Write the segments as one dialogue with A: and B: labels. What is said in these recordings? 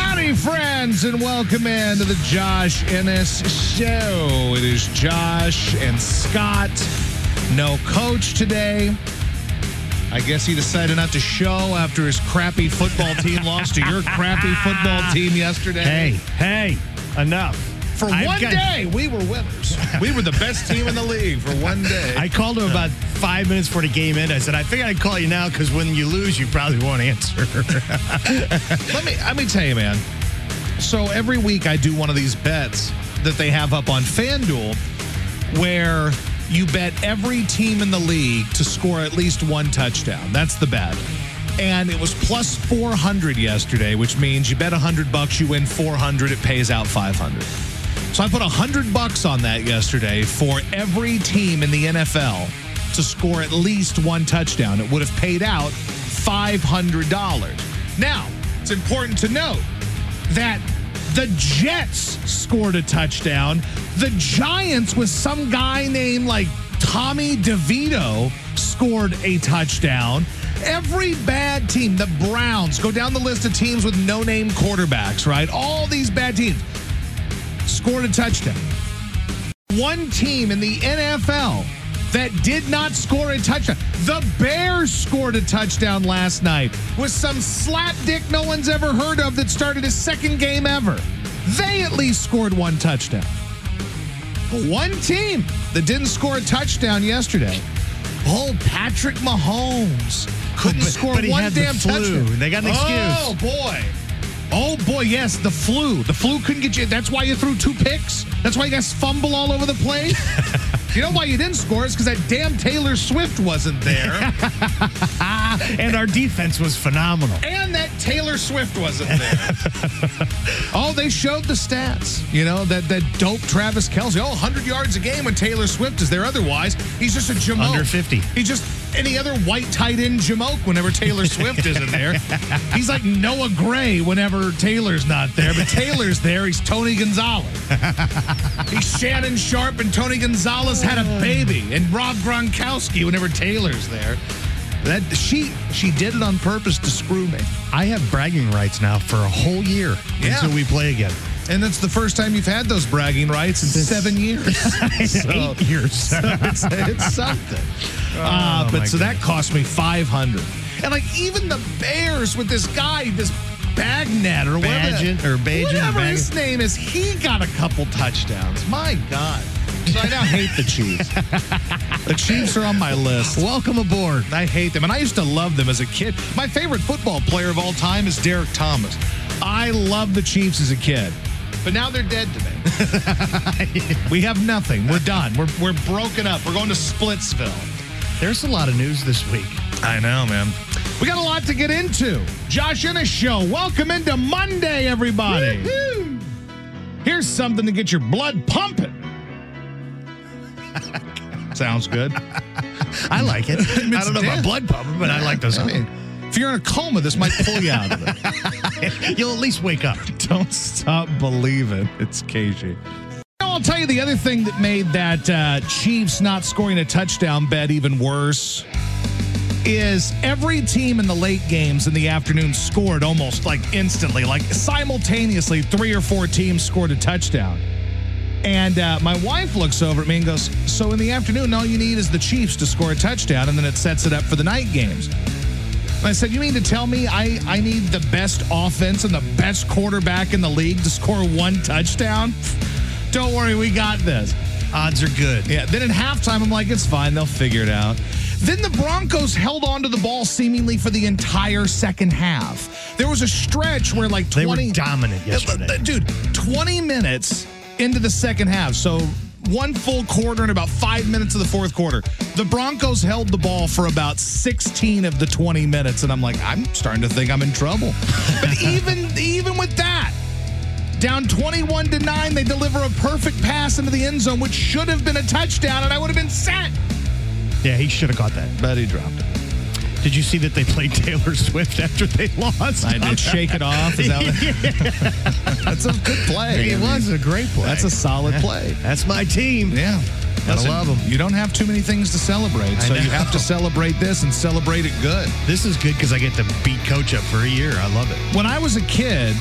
A: Howdy, friends, and welcome in to the Josh Ennis Show. It is Josh and Scott. No coach today. I guess he decided not to show after his crappy football team lost to your crappy football team yesterday.
B: Hey, hey, enough.
A: For
B: I've
A: one
B: got-
A: day, we were winners. We were the best team in the league for one day.
B: I called him about five minutes before the game ended. I said, I figured I'd call you now because when you lose, you probably won't answer.
A: let me let me tell you, man. So every week I do one of these bets that they have up on FanDuel where you bet every team in the league to score at least one touchdown. That's the bet. And it was plus 400 yesterday, which means you bet 100 bucks, you win 400, it pays out 500. So I put 100 bucks on that yesterday for every team in the NFL to score at least one touchdown. It would have paid out $500. Now, it's important to note that the Jets scored a touchdown. The Giants, with some guy named like Tommy DeVito, scored a touchdown. Every bad team, the Browns, go down the list of teams with no name quarterbacks, right? All these bad teams scored a touchdown. One team in the NFL that did not score a touchdown. The Bears scored a touchdown last night with some slap dick no one's ever heard of that started his second game ever. They at least scored one touchdown. But One team that didn't score a touchdown yesterday. Oh, Patrick Mahomes couldn't
B: But-
A: score
B: but he
A: one
B: had the
A: damn
B: flu.
A: touchdown.
B: They got an excuse.
A: Oh boy. Oh boy, yes, the flu. The flu couldn't get you. That's why you threw two picks. That's why you guys fumble all over the place. you know why you didn't score is because that damn Taylor Swift wasn't there,
B: and our defense was phenomenal.
A: and that Taylor Swift wasn't there. oh, they showed the stats. You know that that dope Travis Kelsey. Oh, 100 yards a game when Taylor Swift is there. Otherwise, he's just a jamoke.
B: Under 50.
A: He's just any other white tight end jamoke whenever Taylor Swift isn't there. He's like Noah Gray whenever Taylor's not there, but Taylor's there. He's Tony Gonzalez. He's Shannon Sharp and Tony Gonzalez had a baby, and Rob Gronkowski whenever Taylor's there. That she she did it on purpose to screw me,
B: I have bragging rights now for a whole year
A: Yeah.
B: until we play again.
A: and that's the first time you've had those bragging rights in seven years. So-
B: Eight years.
A: it's, it's something. uh,
B: Oh, my
A: but so that cost me 500. And like even the Bears with this guy, this Bagnet or whatever,
B: Badgett or Bajan,
A: whatever
B: Bag-
A: his name is, he got a couple touchdowns. My God. So I now hate the Chiefs. the Chiefs are on my list.
B: Welcome aboard.
A: I hate them. And I used to love them as a kid. My favorite football player of all time is Derek Thomas. I loved the Chiefs as a kid. But now they're dead to me. we have nothing. We're done. We're, we're broken up. We're going to Splitsville.
B: There's a lot of news this week.
A: I know, man. We got a lot to get into. Josh Innes Show. Welcome into Monday, everybody. Here's something to get your blood pumping. Sounds good.
B: I like it. I don't know
A: dead.
B: about blood pumping, but I like those.
A: I mean, if you're in a coma, this might pull you out of it.
B: You'll at least wake up.
A: Don't stop believing. It's KG. I'll tell you the other thing that made that uh, Chiefs not scoring a touchdown bet even worse is every team in the late games in the afternoon scored almost like instantly, like simultaneously, three or four teams scored a touchdown. And uh, my wife looks over at me and goes, So in the afternoon, all you need is the Chiefs to score a touchdown, and then it sets it up for the night games. And I said, You mean to tell me I, I need the best offense and the best quarterback in the league to score one touchdown? Don't worry, we got this.
B: Odds are good.
A: Yeah, then at halftime, I'm like, It's fine, they'll figure it out. Then the Broncos held on to the ball seemingly for the entire second half. There was a stretch where like
B: They
A: 20
B: were dominant yesterday.
A: Dude, 20 minutes into the second half. So one full quarter and about five minutes of the fourth quarter. The Broncos held the ball for about 16 of the 20 minutes. And I'm like, I'm starting to think I'm in trouble. But even even with that, Down 21 to 9, they deliver a perfect pass into the end zone, which should have been a touchdown, and I would have been set.
B: Yeah, he should have got that.
A: But he dropped it.
B: Did you see that they played Taylor Swift after they lost?
C: I did shake it off. Is that what-
A: That's a good play.
B: It was a great play.
A: That's a solid play.
B: That's my team.
A: Yeah.
B: Gotta love 'em.
A: You don't have too many things to celebrate, so you
B: know.
A: have to celebrate this and celebrate it good.
B: This is good because I get to beat Coach up for a year. I love it.
A: When I was a kid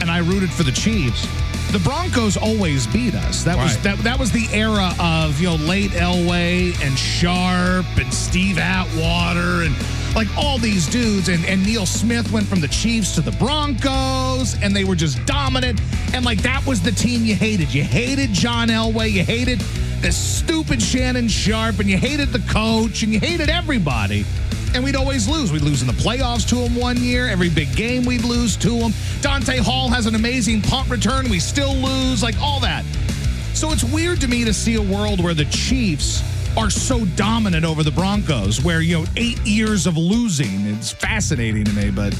A: and I rooted for the Chiefs, the Broncos always beat us. That was
C: Right.
A: that that was the era of, you know, late Elway and Sharp and Steve Atwater and like all these dudes and, and Neil Smith went from the Chiefs to the Broncos and they were just dominant. And like that was the team you hated. You hated John Elway, you hated this stupid Shannon Sharp, and you hated the coach and you hated everybody and we'd always lose. We'd lose in the playoffs to them one year. Every big game we'd lose to them. Dante Hall has an amazing punt return. We still lose, like all that. So it's weird to me to see a world where the Chiefs are so dominant over the Broncos, where, you know, eight years of losing. It's fascinating to me, but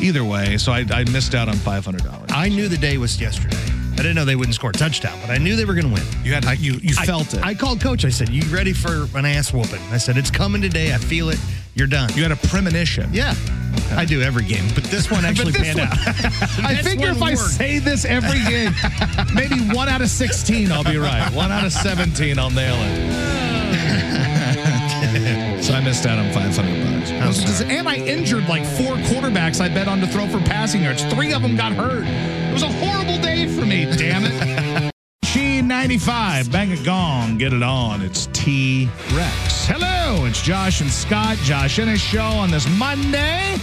A: either way, so I, I missed out on $500.
B: I knew the day was yesterday. I didn't know they wouldn't score a touchdown, but I knew they were going to win.
A: You had, you, you
B: I-
A: felt it.
B: I called coach. I said, "You ready for an ass whooping?" I said, "It's coming today. I feel it. You're done."
A: you had a premonition.
B: yeah, I do every game, but this one actually
A: this
B: panned
A: one-
B: out.
A: I
B: This
A: figure
B: one
A: if I
B: worked.
A: say this every game, maybe one out of 16 I'll be right. One out of 17 I'll nail it. so I missed out on 500 bucks.
B: I'm sorry.
A: and I injured like four quarterbacks I bet on to throw for passing yards. Three of them got hurt. It was a horrible day for me, damn it. Sheen 95, bang a gong, get it on. It's T Rex. Hello, it's Josh and Scott. Josh in his show on this Monday.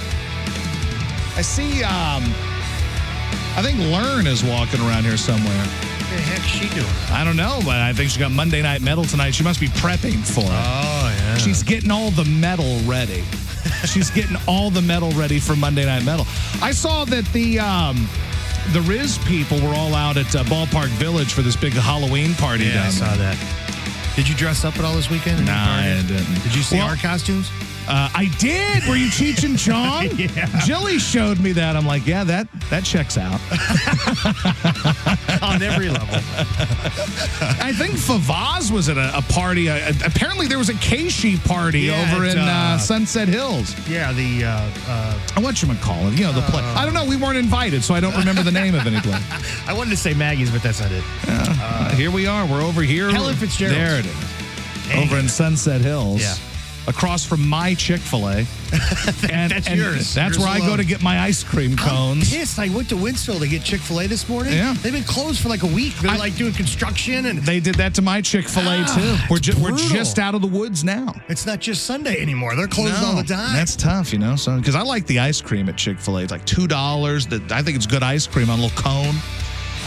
A: I see. Um, I think Learn is walking around here somewhere.
B: What the heck she doing?
A: I don't know, but I think she got Monday Night Metal tonight. She must be prepping for it.
B: Oh yeah.
A: She's getting all the metal ready. She's getting all the metal ready for Monday Night Metal. I saw that the um, the Riz people were all out at uh, Ballpark Village for this big Halloween party.
B: yeah, I
A: down there.
B: saw that. Did you dress up at all this weekend?
A: Nah, I didn't.
B: Did you see
A: Well-
B: our costumes?
A: Uh, I did. Were you Cheech and Chong?
B: Yeah.
A: Jilly showed me that. I'm like, yeah, that that checks out.
B: On every level.
A: I think Favaz was at a, a party. Uh, apparently, there was a Keishi party
B: Yeah,
A: over
B: at,
A: in uh,
B: uh,
A: Sunset Hills.
B: Yeah, the uh, uh,
A: What you call it? You know the play. I don't know. We weren't invited, so I don't remember the name of anything.
B: I wanted to say Maggie's, but that's not it.
A: Uh, here we are. We're over here.
B: Helen Fitzgerald.
A: There it is. Over in Sunset Hills.
B: Yeah.
A: Across from my Chick Fil A.
B: that's yours.
A: That's
B: Yours
A: where I go
B: alone.
A: to get my ice cream cones.
B: Pissed! I went to Winsville to get Chick Fil A this morning.
A: Yeah.
B: they've been closed for like a week. They're
A: I-
B: like doing construction, and
A: They did that to my Chick Fil A
B: Ah,
A: too. We're
B: it's
A: ju- we're
B: brutal.
A: just out of the woods now.
B: it's not just Sunday anymore. They're closed
A: No,
B: all the time.
A: That's tough, you know. So because I like the ice cream at Chick Fil A, it's like two dollars. I think it's good ice cream on a little cone.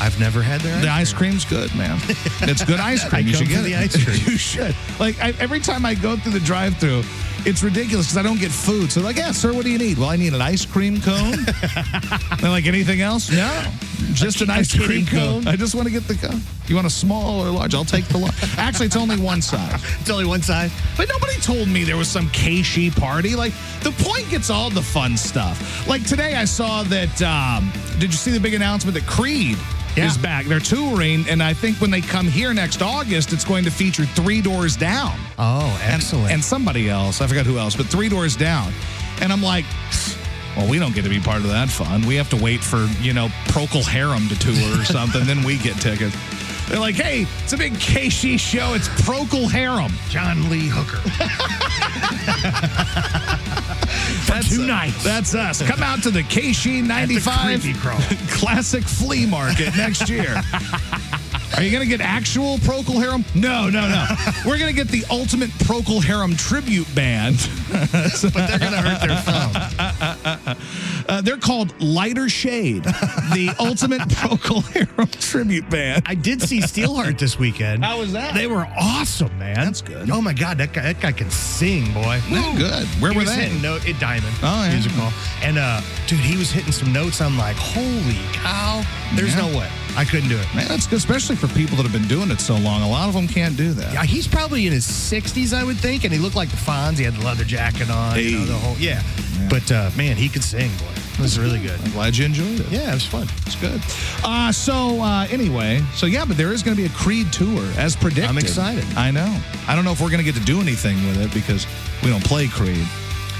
B: I've never had their
A: The ice cream's good, man. It's good ice cream.
B: I
A: you
B: come
A: should
B: for
A: get
B: the
A: it.
B: ice cream.
A: you should. Like I, every time I go through the drive-through, it's ridiculous because I don't get food. So like, yeah, sir, what do you need? Well, I need an ice cream cone. and like anything else, no, just an ice
B: kiddie
A: cream cone.
B: cone?
A: I just want to get the cone. You want a small or large? I'll take the large. Actually, it's only one size.
B: It's only one side.
A: But nobody told me there was some Keishi party. Like, the point gets all the fun stuff. Like, today I saw that, um, did you see the big announcement that Creed
B: Yeah.
A: is back? They're touring, and I think when they come here next August, it's going to feature Three Doors Down.
B: Oh,
A: And-
B: excellent.
A: And, somebody else, I forgot who else, but Three Doors Down. And I'm like, well, we don't get to be part of that fun. We have to wait for, you know, Procol Harum to tour or something, then we get tickets. They're like, hey, it's a big KC show. It's Procol Harum.
B: John Lee Hooker.
A: That's
B: two
A: us.
B: nights.
A: That's us. Come out to the KC
B: creepy
A: 95
B: crawl.
A: Classic Flea Market next year. Are you going to get actual Procol Harum? No, no, no. We're going to get the ultimate Procol Harum tribute band.
B: but they're gonna hurt their thumb.
A: Uh, they're called Lighter Shade, the ultimate Procol Harum tribute band.
B: I did see Steelheart this weekend.
A: How was that?
B: They were awesome, man.
A: That's good.
B: Oh my god, that guy that guy can sing, boy.
A: They're good. Where
B: he
A: were
B: was
A: they?
B: Hitting note, at Diamond
A: Oh, yeah.
B: Music Hall, and uh, dude, he was hitting some notes. I'm like, holy cow! There's
A: Yeah.
B: no way I couldn't do it.
A: Man, that's good, especially for people that have been doing it so long. A lot of them can't do that.
B: Yeah, Uh, he's probably in his 60s, I would think, and he looked like the Fonz. He had the leather jacket on, you know,
A: Hey.
B: the whole yeah. But uh, man, he could sing, boy. It was really good.
A: I'm glad you enjoyed it.
B: Yeah, it was fun.
A: It's good. Uh, so uh, anyway, so yeah, but there is going to be a Creed tour as predicted.
B: I'm excited.
A: I know. I don't know if we're going to get to do anything with it because we don't play Creed,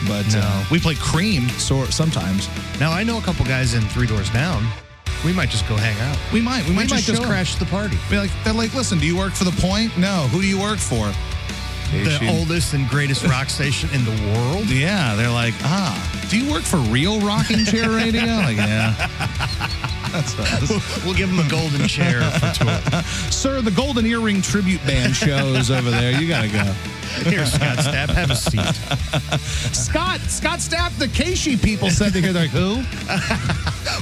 A: but uh, we play Cream so sometimes.
B: Now I know a couple guys in Three Doors Down. We might just go hang out.
A: We might. We,
B: We
A: might
B: might just
A: show up.
B: crash the party.
A: Be like they're like, listen, do you work for the point? No. Who do you work for?
B: The oldest and greatest rock station in the world.
A: Yeah, they're like, ah, do you work for real rocking chair radio? like, yeah. That's us.
B: We'll give them a golden chair for tour.
A: Sir, the Golden Earring Tribute Band shows over there. You gotta go.
B: Here, Scott Stapp, have a seat.
A: Scott, Scott Staff, the Casey people said to hear. They're like, who?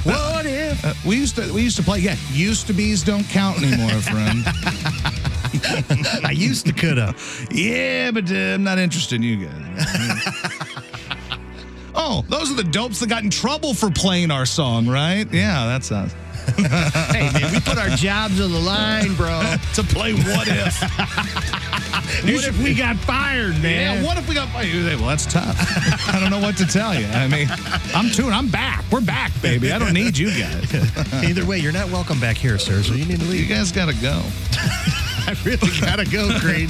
B: What if?
A: Uh, we used to we used to play. Yeah, used to be's don't count anymore, friend.
B: I used to coulda.
A: yeah, but uh, I'm not interested in you guys. oh, those are the dopes that got in trouble for playing our song, right? Yeah, that's us.
B: Hey, man, we put our jobs on the line, bro.
A: To play what if?
B: What if we got fired,
A: yeah,
B: man?
A: what if we got? you say, Well, that's tough. I don't know what to tell you. I mean, I'm tuned. I'm back. We're back, baby. I don't need you guys.
B: Either way, you're not welcome back here, sir. So you need to
A: You
B: leave.
A: guys gotta go.
B: I really gotta go, Creed.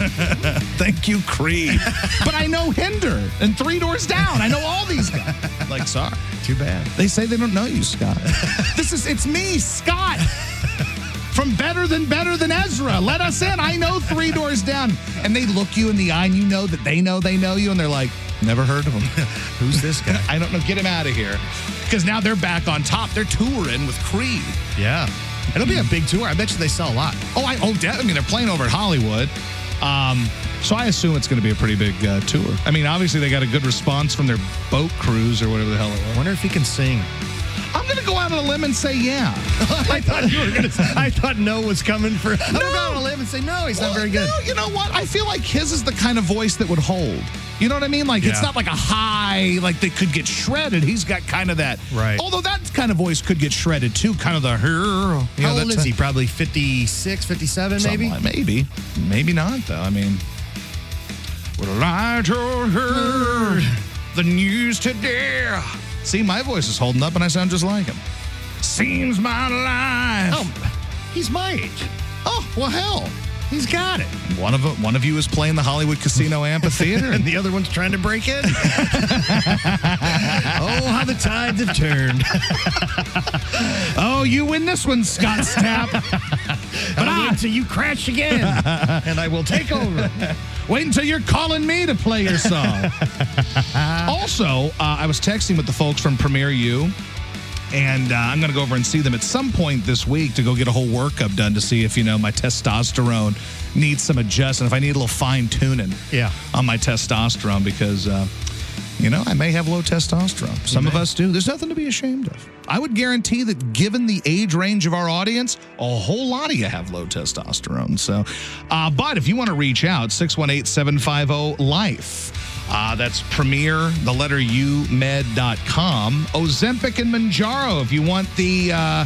A: Thank you, Creed. but I know Hinder and Three Doors Down. I know all these guys. Like, sorry.
B: Too bad.
A: They say they don't know you, Scott. this is, it's me, Scott. From Better Than Better Than Ezra. Let us in. I know Three Doors Down. And they look you in the eye and you know that they know they know you. And they're like, never heard of them.
B: Who's this guy?
A: I don't know. Get him out of here. Because now they're back on top. They're touring with Creed.
B: Yeah. It'll be a big tour. I bet you they sell a lot.
A: Oh, I oh, de- I mean, they're playing over at Hollywood. Um, so I assume it's going to be a pretty big uh, tour. I mean, obviously they got a good response from their boat cruise or whatever the hell it was.
B: Wonder if he can sing.
A: I'm going to go out on a limb and say yeah.
B: I thought you were gonna. I thought no was coming for. I'm gonna go out on a limb and say no. He's not very good.
A: No, you know what? I feel like his is the kind of voice that would hold. You know what I mean? Like it's
B: Yeah.
A: not like a high, like they could get shredded. He's got kind of that.
B: Right.
A: Although that kind of voice could get shredded too. Kind of the her. you know,
B: How old
A: that's
B: is he? Probably 56, 57,
A: Something
B: maybe.
A: like- maybe. Maybe not, though. I mean, well, I told her the news today. See, my voice is holding up and I sound just like him. Seems my life.
B: Oh, he's my age.
A: oh, well, hell.
B: He's got it.
A: One of, one of you is playing the Hollywood Casino Amphitheater.
B: And the other one's trying to break in. oh, how the tides have turned.
A: oh, you win this one, Scott Stapp.
B: But I until you crash again, and I will take over.
A: Wait until you're calling me to play your song. also, uh, I was texting with the folks from Premiere U, and uh, I'm going to go over and see them at some point this week to go get a whole workup done to see if, you know, my testosterone needs some adjustment, if I need a little fine tuning
B: Yeah.
A: on my testosterone, because, uh, you know, I may have low testosterone. Some of us do. There's nothing to be ashamed of. I would guarantee that given the age range of our audience, a whole lot of you have low testosterone. So, uh, but if you want to reach out, 618 750 LIFE. Uh, that's Premier, the letter U, E med.com. Ozempic and Manjaro, if you want the. Uh,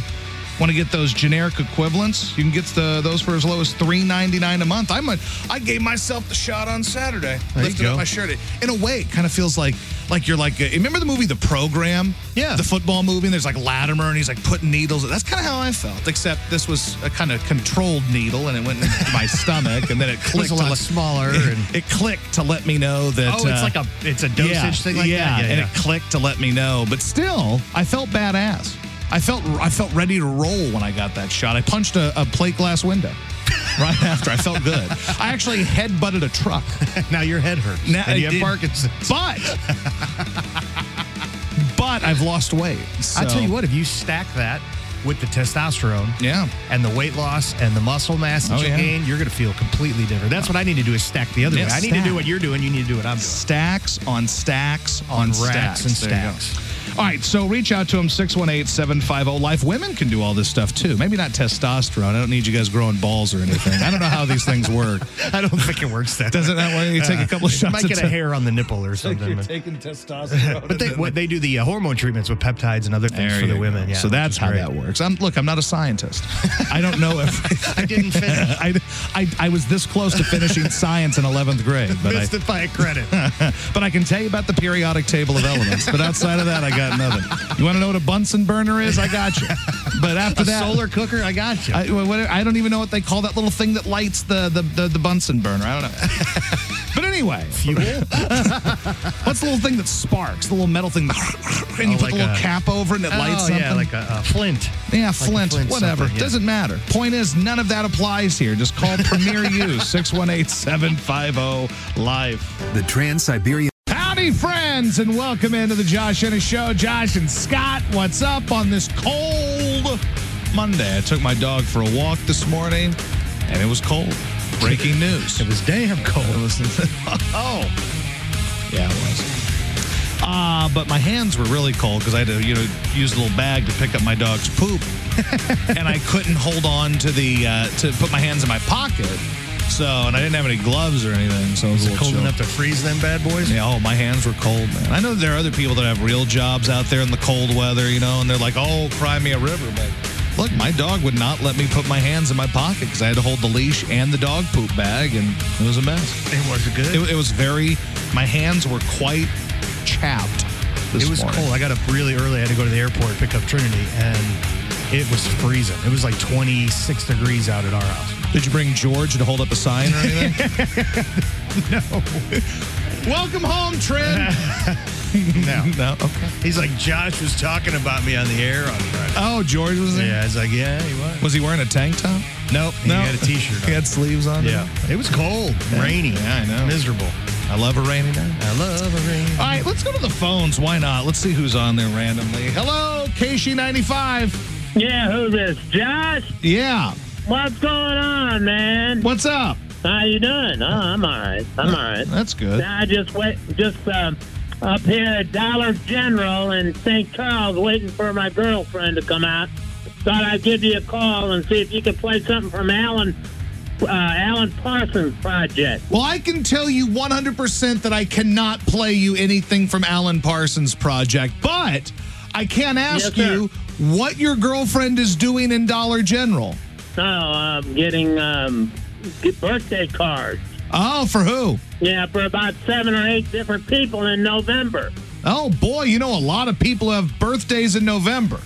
A: Want to get those generic equivalents? You can get the those for as low as three ninety nine a month. I'm a, I gave myself the shot on Saturday.
B: There you
A: lifted up
B: go.
A: my shirt. It- In a way, it kind of feels like like you're like uh, remember the movie The Program?
B: Yeah.
A: the football movie. And there's like Latimer and he's like putting needles. That's kind of how I felt. Except this was a kind of controlled needle and it went into my stomach and then it clicked.
B: It was a
A: to
B: lot
A: let-
B: smaller. And,
A: it clicked to let me know that.
B: oh, it's
A: uh,
B: like a it's a dosage
A: yeah,
B: thing like
A: yeah,
B: that.
A: and it clicked to let me know. But still, I felt badass. I felt I felt ready to roll when I got that shot. I punched a, a plate glass window right after. I felt good. I actually headbutted a truck.
B: now your head hurts.
A: Now-
B: and you
A: it
B: have
A: did.
B: Parkinson's.
A: But but I've lost weight.
B: I
A: so-
B: tell you what, if you stack that with the testosterone,
A: Yeah.
B: and the weight loss and the muscle mass that
A: Oh,
B: you
A: yeah.
B: gain, you're going to feel completely different. That's what I need to do is stack the other
A: Yeah,
B: way. I need to
A: stack.
B: do what you're doing. You need to do what I'm doing.
A: Stacks on stacks on,
B: On
A: stacks.
B: racks and
A: There you go.
B: stacks.
A: All right, so reach out to them, 618 750 Life. E. Women can do all this stuff too. Maybe not testosterone. I don't need you guys growing balls or anything. I don't know how these things work.
B: I don't think it works that.
A: Doesn't that way you take a couple of
B: You
A: shots?
B: might
A: of
B: get a
A: te-
B: hair on the nipple or something.
A: taking testosterone.
B: But they what they do the uh, hormone treatments with peptides and other things for the women. Yeah,
A: so
B: which
A: that's
B: is
A: how
B: great.
A: that works. I'm look. I'm not a scientist. I don't know everything.
B: I didn't finish.
A: I, I I was this close to finishing science in 11th grade, but I,
B: Missed it by a credit.
A: but I can tell you about the periodic table of elements. But outside of that, I
B: I got nothing.
A: You want to know what a Bunsen burner is? I got you. But after
B: A
A: that,
B: solar cooker? I got you.
A: I, wha- what, I don't even know what they call that little thing that lights the the, the, the Bunsen burner. I don't know. but anyway,
B: Fuel?
A: what's the little thing that sparks? The little metal thing, that, and you
B: Oh,
A: put
B: like
A: the little
B: a-
A: cap over and it lights
B: oh,
A: something.
B: yeah, like a, a flint.
A: Yeah,
B: Like a
A: Flint, whatever.
B: something, yeah.
A: Doesn't matter. Point is, none of that applies here. Just call Premier U 618 750 oh, live.
D: The Trans Siberian.
A: Howdy, friends, and welcome into the Josh Ennis Show. Josh and Scott, what's up on this cold Monday? I took my dog for a walk this morning, and it was cold. Breaking news.
B: It was damn cold.
A: oh. Yeah, it was. Uh, but my hands were really cold because I had to, you know, use a little bag to pick up my dog's poop, and I couldn't hold on to the uh, to put my hands in my pocket. So, and I didn't have any gloves or anything, so it was,
B: Was
A: a
B: it
A: little
B: cold
A: chilly.
B: enough to freeze them bad boys?
A: Yeah, oh, my hands were cold, man. I know there are other people that have real jobs out there in the cold weather, you know, and they're like, oh, cry me a river. But look, my dog would not let me put my hands in my pocket because I had to hold the leash and the dog poop bag, and it was a mess.
B: It was good.
A: It, it was very, my hands were quite chapped. This
B: It was
A: morning.
B: cold. I got up really early. I had to go to the airport, pick up Trinity, and it was freezing. It was like 26 degrees out at our house.
A: Did you bring George to hold up a sign or anything? no. Welcome home, Trent.
B: No.
A: no. Okay.
B: He's like, Josh was talking about me on the air on Friday.
A: Oh, George was there.
B: Yeah, I was like, yeah, he was.
A: Was he wearing a tank top? Nope.
B: He had a t-shirt on.
A: He had sleeves on.
B: Yeah. It was cold, rainy.
A: Yeah, I know.
B: Miserable.
A: I love a rainy day.
B: I love a rainy.
A: All right, let's go to the phones. Why not? Let's see who's on there randomly. Hello, KC95.
E: Yeah, who's this? Josh?
A: Yeah.
E: What's going on, man?
A: What's up?
E: How you doing? Oh, I'm all right. I'm all right.
A: That's good.
E: I just wait, just um, up here at Dollar General in St. Charles, waiting for my girlfriend to come out. Thought I'd give you a call and see if you could play something from Alan uh, Alan Parsons Project.
A: Well, I can tell you 100% that I cannot play you anything from Alan Parsons Project, but I can ask
E: Yes, sir.
A: you what your girlfriend is doing in Dollar General.
E: Oh, I'm getting um, get birthday cards.
A: Oh, for who?
E: Yeah, for about seven or eight different people in November.
A: Oh, boy, you know a lot of people have birthdays in November.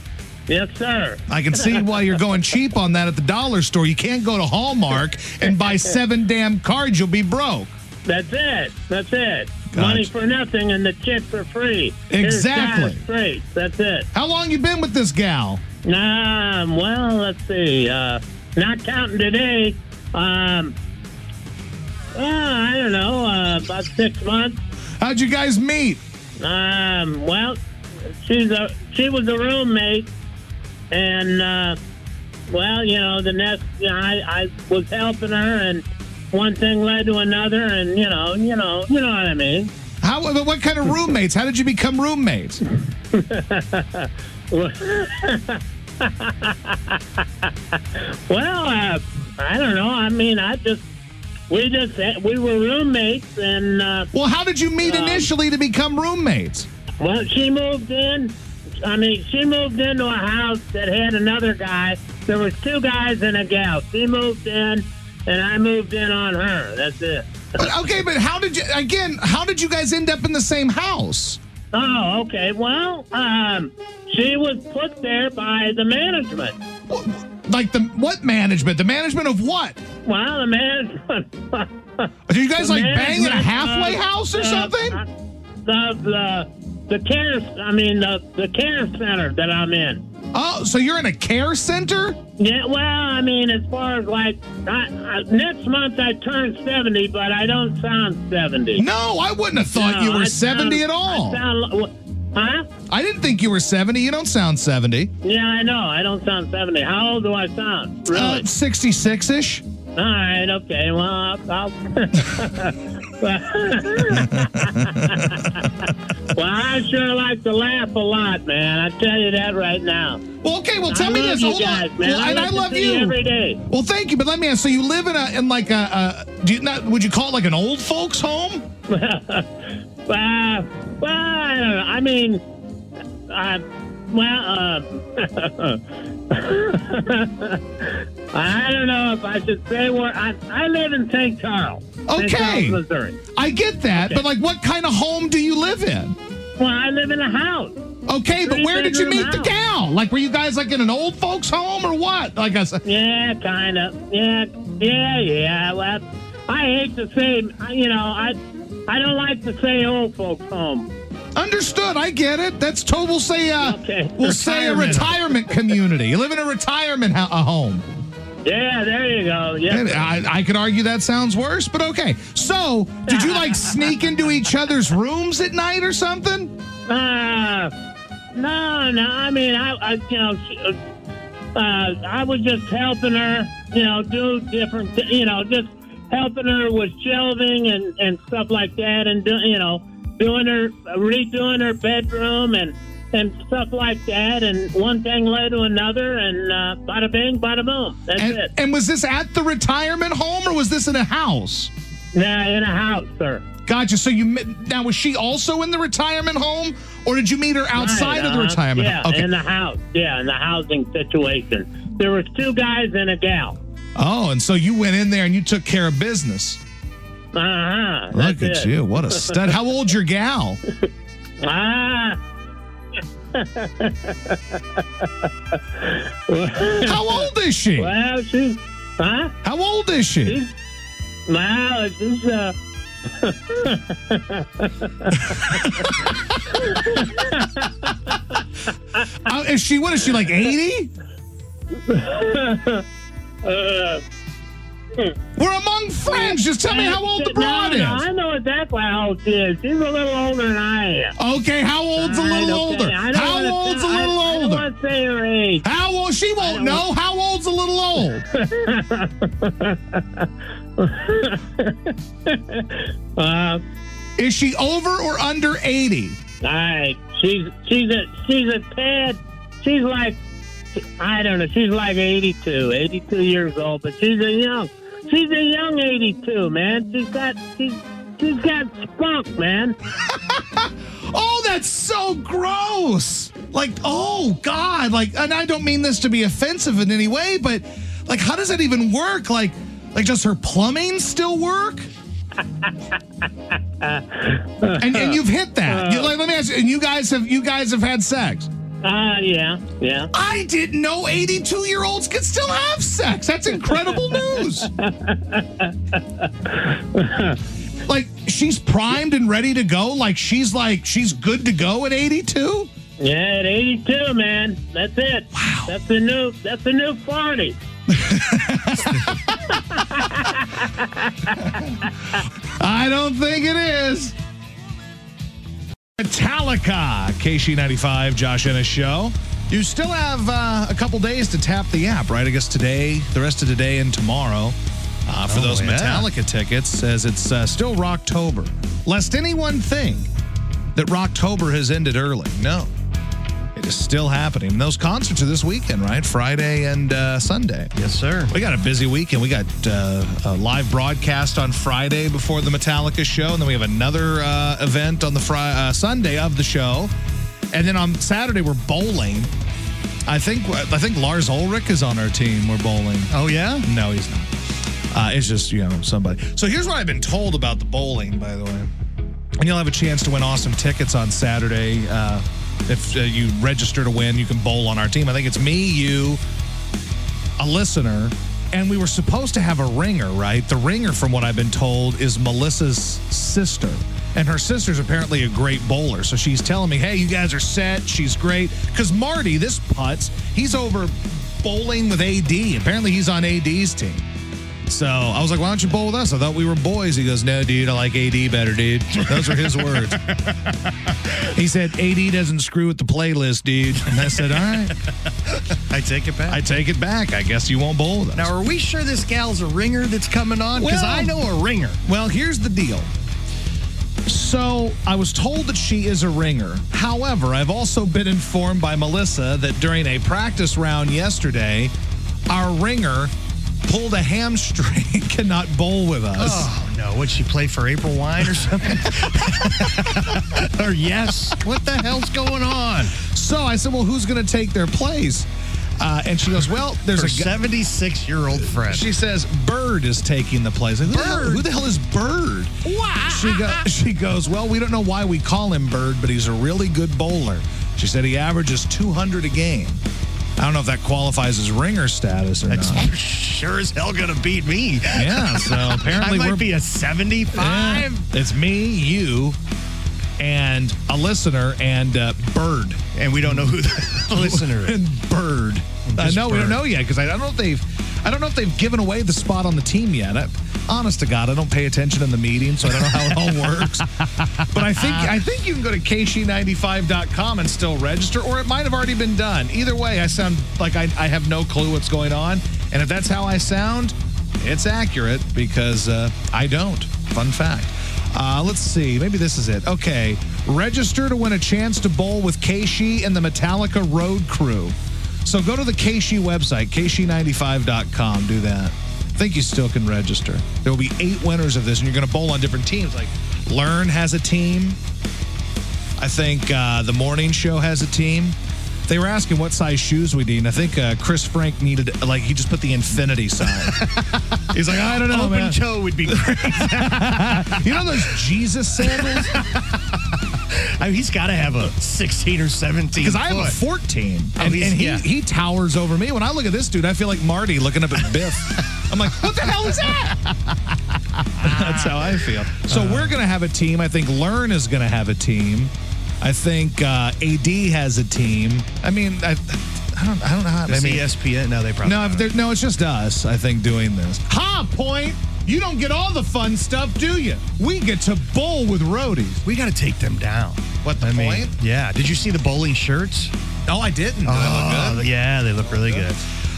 E: Yes, sir.
A: I can see why you're going cheap on that at the dollar store. You can't go to Hallmark and buy seven damn cards. You'll be broke.
E: That's it. That's it.
A: Gotcha.
E: Money for nothing and the chips are free.
A: Exactly.
E: Straight. That's it.
A: How long you been with this gal?
E: Um, well, let's see. Uh, not counting today. Um, uh, I don't know. Uh, about six months.
A: How'd you guys meet?
E: Um, well, she's a she was a roommate, and uh, well, you know, the next you know, I I was helping her, and one thing led to another, and you know, you know, you know what I mean.
A: How? but What kind of roommates? How did you become roommates?
E: Well, uh, I don't know. I mean, I just we just eh, we were roommates, and uh,
A: Well, how did you meet
E: Um,
A: initially to become roommates?
E: well, she moved in. I mean, she moved into a house that had another guy. There was two guys and a gal. She moved in, and I moved in on her. That's it.
A: But, okay, but how did you? Again, how did you guys end up in the same house?
E: Oh, okay. Well, um, she was put there by the management.
A: Wh- Like the what management? The management of what?
E: Well, the management.
A: Did you guys like bang
E: Management
A: in a halfway
E: of
A: house or
E: the-
A: something?
E: uh, The, the the care, I mean the the care center that I'm in.
A: Oh, so you're in a care center?
E: Yeah, well, I mean as far as like I, I, next month I turn seventy, but I don't sound seventy.
A: No, I wouldn't have thought
E: No,
A: you were
E: I
A: 70
E: sound-
A: at all.
E: I sound, li- wh- huh?
A: I didn't think you were 70. You don't sound 70.
E: Yeah, I know. I don't sound seventy. How old do I sound?
A: Uh,
E: Really?
A: 66 ish?
E: All right. Okay. Well, I'll. I'll well, I sure like to laugh a lot, man. I tell you that right now.
A: Well, okay, well, tell
E: I
A: me
E: love
A: this.
E: you
A: Hold
E: guys,
A: on.
E: man.
A: Well,
E: I
A: and
E: love
A: I
E: to
A: love
E: see
A: you.
E: every day.
A: Well, thank you, but let me ask. So you live in a in like a, a do you not would you call it like an old folks home?
E: Uh, well, I don't know. I mean, uh, well, uh, I don't know if I should say where I, I live in St. Charles. St.
A: Okay.
E: Charles, Missouri.
A: I get that,
E: Okay.
A: but like what kind of home do you live in?
E: Well, I live in a house.
A: Okay, but where did you meet
E: Three-bedroom
A: the gal? Like, were you guys like in an old folks' home or what? Like I said,
E: Yeah, kind of. Yeah, yeah, yeah. Well, I hate to say, you know, I I don't like to say old folks home.
A: understood. I get it. That's total. We'll say, uh,
E: Okay.
A: we'll say a
B: Retirement.
A: retirement community. You live in a retirement ho- a home.
E: Yeah, there you go.
A: And
E: Yeah.
A: I, I could argue that sounds worse, but okay. So, did you like sneak into each other's rooms at night or something?
E: Uh, no, no. I mean, I, I you know, she- uh, I was just helping her, you know, do different, thi- you know, just helping her with shelving and and stuff like that, and do, you know, doing her redoing her bedroom and. And stuff like that, and one thing led to another, and uh, bada bing, bada boom. That's
A: And,
E: it.
A: and was this at the retirement home or was this in a house?
E: Now in a house, sir.
A: Gotcha. So you met- now was she also in the retirement home, or did you meet her outside
E: Right,
A: of the
E: uh,
A: retirement?
E: Yeah,
A: home?
E: in the house. Yeah, in the housing situation. There was two guys and a gal.
A: Oh, and so you went in there and you took care of business.
E: Uh huh.
A: Look at you. What a stud. How old's your gal?
E: Ah,
A: How old is she?
E: well, she's huh?
A: How old is she?
E: Wow, she's uh.
A: Uh, is she what is she like 80?
E: uh
A: We're among friends. Just tell me how old the
E: no,
A: broad
E: no,
A: is.
E: I know what that how old she is. She's a little older than I am.
A: Okay, how old's a little
E: All right,
A: older?
E: okay. I don't
A: How
E: wanna
A: old's a
E: say-
A: little
E: I, I don't
A: older?
E: want to say her age.
A: How old? She won't know. How old's a little old?
E: Uh,
A: Is she over or under 80?
E: all right, she's she's a she's a tad. She's like I don't know. She's like 82, 82 years old, but she's a young. She's a young 82, man. She's got she's she's got spunk, man.
A: Oh, that's so gross. Like, oh God. Like, and I don't mean this to be offensive in any way, but like, how does that even work? Like, like does her plumbing still work? and, and you've hit that. You- like, let me ask you. And you guys have you guys have had sex.
E: Ah, yeah, yeah.
A: I didn't know 82 year olds could still have sex. That's incredible news. like she's primed and ready to go. Like she's like she's good to go at 82.
E: Yeah, at 82, man. That's it.
A: Wow.
E: That's the new. That's the new 40.
A: I don't think it is. Metallica, KC95, Josh Ennis Show. You still have uh, a couple days to tap the app, right? I guess today, the rest of today and tomorrow uh, for
B: Oh,
A: those
B: yeah.
A: Metallica tickets, as it's uh, still Rocktober. Lest anyone think that Rocktober has ended early. No, it is still happening. And those concerts are this weekend, right? Friday and uh, Sunday.
B: Yes, sir.
A: We got a busy weekend. We got uh, a live broadcast on Friday before the Metallica show, and then we have another uh, event on the fri- uh, Sunday of the show, and then on Saturday we're bowling. I think I think Lars Ulrich is on our team. We're bowling.
B: Oh yeah.
A: No, he's not. Uh, it's just you know somebody. So here's what I've been told about the bowling, by the way. And you'll have a chance to win awesome tickets on Saturday. Uh, if uh, you register to win, you can bowl on our team. I think it's me, you, a listener, and we were supposed to have a ringer, right? The ringer, from what I've been told, is Melissa's sister. And her sister's apparently a great bowler. So she's telling me, hey, you guys are set. She's great. Because Marty, this putz, he's over bowling with AD. Apparently, he's on AD's team. So I was like, why don't you bowl with us? I thought we were boys. He goes, no, dude, I like AD better, dude. Those are his words. he said, AD doesn't screw with the playlist, dude. And I said, all right,
B: I take it back.
A: I take it back. I guess you won't bowl with us.
B: now, are we sure this gal's a ringer that's coming on? Because
A: Well-
B: I know a ringer.
A: Well, here's the deal. So I was told that she is a ringer. However, I've also been informed by Melissa that during a practice round yesterday, our ringer pulled a hamstring and cannot bowl with us.
B: Oh no! Would she play for April Wine or something? or yes? What the hell's going on?
A: So I said, "Well, who's going to take their place?" Uh, and she goes, "Well, there's
B: Her
A: a guy."
B: seventy-six-year-old friend.
A: She says, "Bird is taking the place." Like, who, the hell,
B: Bird?
A: who the hell is Bird?
B: Why?
A: She, go- she goes, Well, we don't know why we call him Bird, but he's a really good bowler. She said he averages 200 a game. I don't know if that qualifies as ringer status or
B: That's
A: not.
B: sure as hell gonna beat me.
A: Yeah, so
B: I
A: apparently we're
B: might be a 75.
A: Yeah. It's me, you, and a listener, and uh, Bird.
B: And we don't know who the listener is.
A: and Bird.
B: And
A: Uh,
B: just
A: no, we don't
B: Bird.
A: know yet because I don't know if they've. I don't know if they've given away the spot on the team yet. I, honest to God, I don't pay attention in the meeting, so I don't know how it all works. But I think I think you can go to E kc95.com and still register, or it might have already been done. Either way, I sound like I, I have no clue what's going on, and if that's how I sound, it's accurate because uh, I don't. Fun fact. Uh, let's see. Maybe this is it. Okay, register to win a chance to bowl with Keishi and the Metallica Road Crew. So go to the Keishi website, keishi95.com. Do that. I think you still can register. There will be eight winners of this, and you're going to bowl on different teams. Like Learn has a team. I think uh, the morning show has a team. They were asking what size shoes we need. And I think uh, Chris Frank needed like he just put the infinity sign. He's like, I don't know,
B: Open
A: man.
B: toe would be great.
A: You know those Jesus sandals?
B: I mean, he's got to have a 16 or 17.
A: Because I have a
B: foot.
A: 14,
B: Oh,
A: and,
B: he's-
A: and he,
B: yeah.
A: he towers over me. When I look at this dude, I feel like Marty looking up at Biff. I'm like, what the hell is that? That's how I feel. So we're gonna have a team. I think Learn is gonna have a team. I think uh, AD has a team. I mean, I, I don't, I don't know. How, I
B: Does
A: mean,
B: ESPN? No, they probably
A: no, if
B: don't.
A: there, no, it's just us. I think doing this. Ha point. You don't get all the fun stuff, do you? We get to bowl with roadies.
B: we got to take them down.
A: What, the
B: I mean,
A: point?
B: Yeah. Did you see the bowling shirts?
A: No, I didn't. Did
B: Oh, Yeah, they look really good.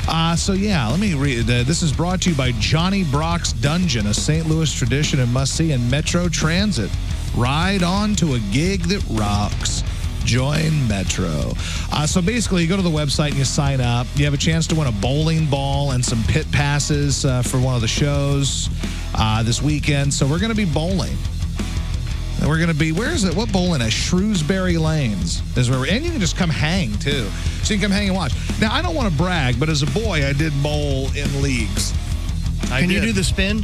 A: Uh, so yeah, let me read. Uh, this is brought to you by Johnny Brock's Dungeon, a St. Louis tradition and must see in Metro Transit. Ride on to a gig that rocks. Join Metro. Uh, so basically, you go to the website and you sign up. You have a chance to win a bowling ball and some pit passes uh, for one of the shows uh, this weekend. So we're going to be bowling. And we're going to be, where is it? What bowling at? Shrewsbury Lanes is where we're, and you can just come hang too. So you can come hang and watch. Now, I don't want to brag, but as a boy, I did bowl in leagues. I
B: Can you
A: did.
B: do the spin?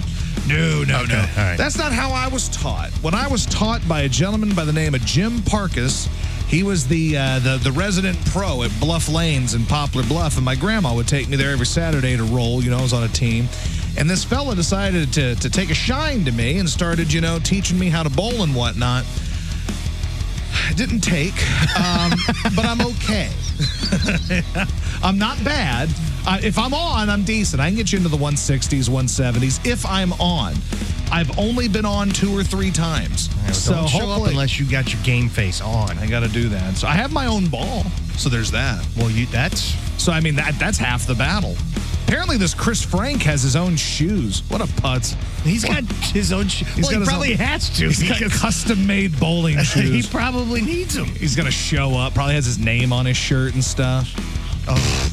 B: No, no, no. All right.
A: That's not how I was taught. When I was taught by a gentleman by the name of Jim Parkus, he was the uh, the the resident pro at Bluff Lanes in Poplar Bluff, and my grandma would take me there every Saturday to roll. You know, I was on a team, and this fella decided to to take a shine to me and started, you know, teaching me how to bowl and whatnot. It didn't take, um, but I'm okay. I'm not bad. Uh, if I'm on, I'm decent. I can get you into the 160s, 170s if I'm on. I've only been on two or three times.
B: All right, well,
A: so
B: don't show up
A: hopefully-
B: unless you got your game face on.
A: I got to do that. So I have my own ball. So there's that.
B: Well, you that's
A: So I mean that that's half the battle. Apparently, this Chris Frank has his own shoes. What a putz!
B: he's got his own. Sh- well,
A: got
B: he
A: his
B: probably
A: own-
B: has to.
A: He's got
B: because
A: custom-made bowling shoes.
B: he probably needs them.
A: He's gonna show up. Probably has his name on his shirt and stuff. Oh,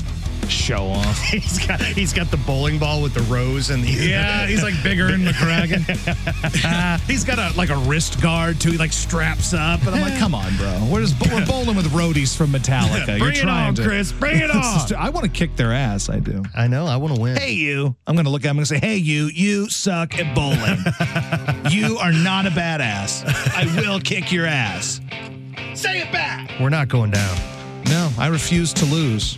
A: show off.
B: He's got he's got the bowling ball with the rose and the
A: Yeah, he's like bigger than McCracken. Uh, he's got a like a wrist guard too. He like straps up, and I'm like, come on, bro. We're just we're bowling with roadies from Metallica. You're
B: Bring it
A: trying
B: on,
A: to-
B: Chris. Bring it on.
A: This is- I want to kick their ass. I do.
B: I know. I want to win.
A: Hey, you. I'm gonna look at him and say, hey, you. You suck at bowling. you are not a badass. I will kick your ass.
B: say it back. We're not going down.
A: No, I refuse to lose.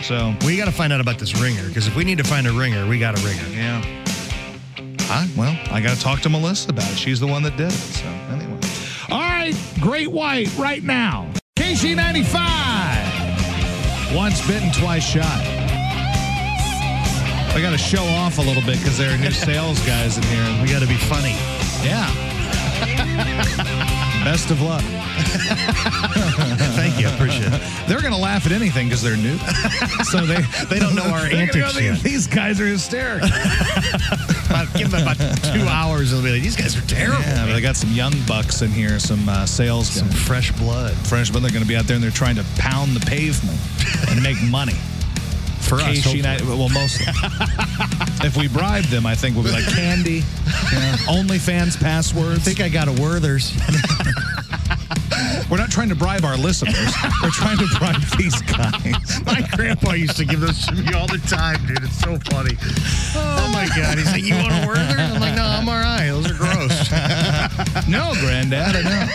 A: So
B: We got to find out about this ringer because if we need to find a ringer, we got a ringer.
A: Yeah. I, well, I got to talk to Melissa about it. She's the one that did it. So, anyway. All right, Great White right now. KC95. Once bitten, twice shy. I got to show off a little bit because there are new sales guys in here.
B: We got to be funny.
A: Yeah. Best of luck.
B: Thank you. I appreciate it.
A: They're going to laugh at anything because they're new. so they,
B: They don't know our
A: they're gonna go,
B: antics yet.
A: These guys are hysterical.
B: About, give them about two hours. They'll be like, these guys are terrible.
A: Yeah, but
B: man."
A: they got some young bucks in here, some uh, sales
B: some
A: guys.
B: fresh blood.
A: Frenchmen, they're going to be out there and they're trying to pound the pavement and make money.
B: For us,
A: KC
B: hopefully.
A: United- well, mostly. if we bribe them, I think we'll be like candy, you know, OnlyFans passwords.
B: I think I got a Werther's.
A: We're not trying to bribe our listeners. We're trying to bribe these guys.
B: My grandpa used to give those to me all the time, dude. It's so funny. Oh my god. He's like, You want a Werther's? I'm like, No, I'm all right. Those are gross.
A: No, Granddad, I know.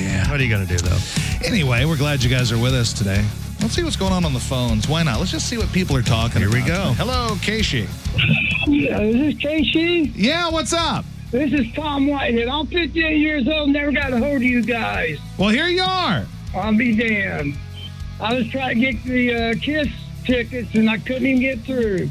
B: yeah. What are you going to do, though?
A: Anyway, we're glad you guys are with us today. Let's see what's going on on the phones. Why not? Let's just see what people are talking
B: Here
A: about.
B: we go.
A: Hello, Casey.
D: Yeah, Is this Casey?
A: Yeah, what's up?
D: This is Tom Whitehead. I'm 58 years old, never got a hold of you guys.
A: Well, here you are.
D: I'll be damned. I was trying to get the uh, KISS tickets and I couldn't even get through.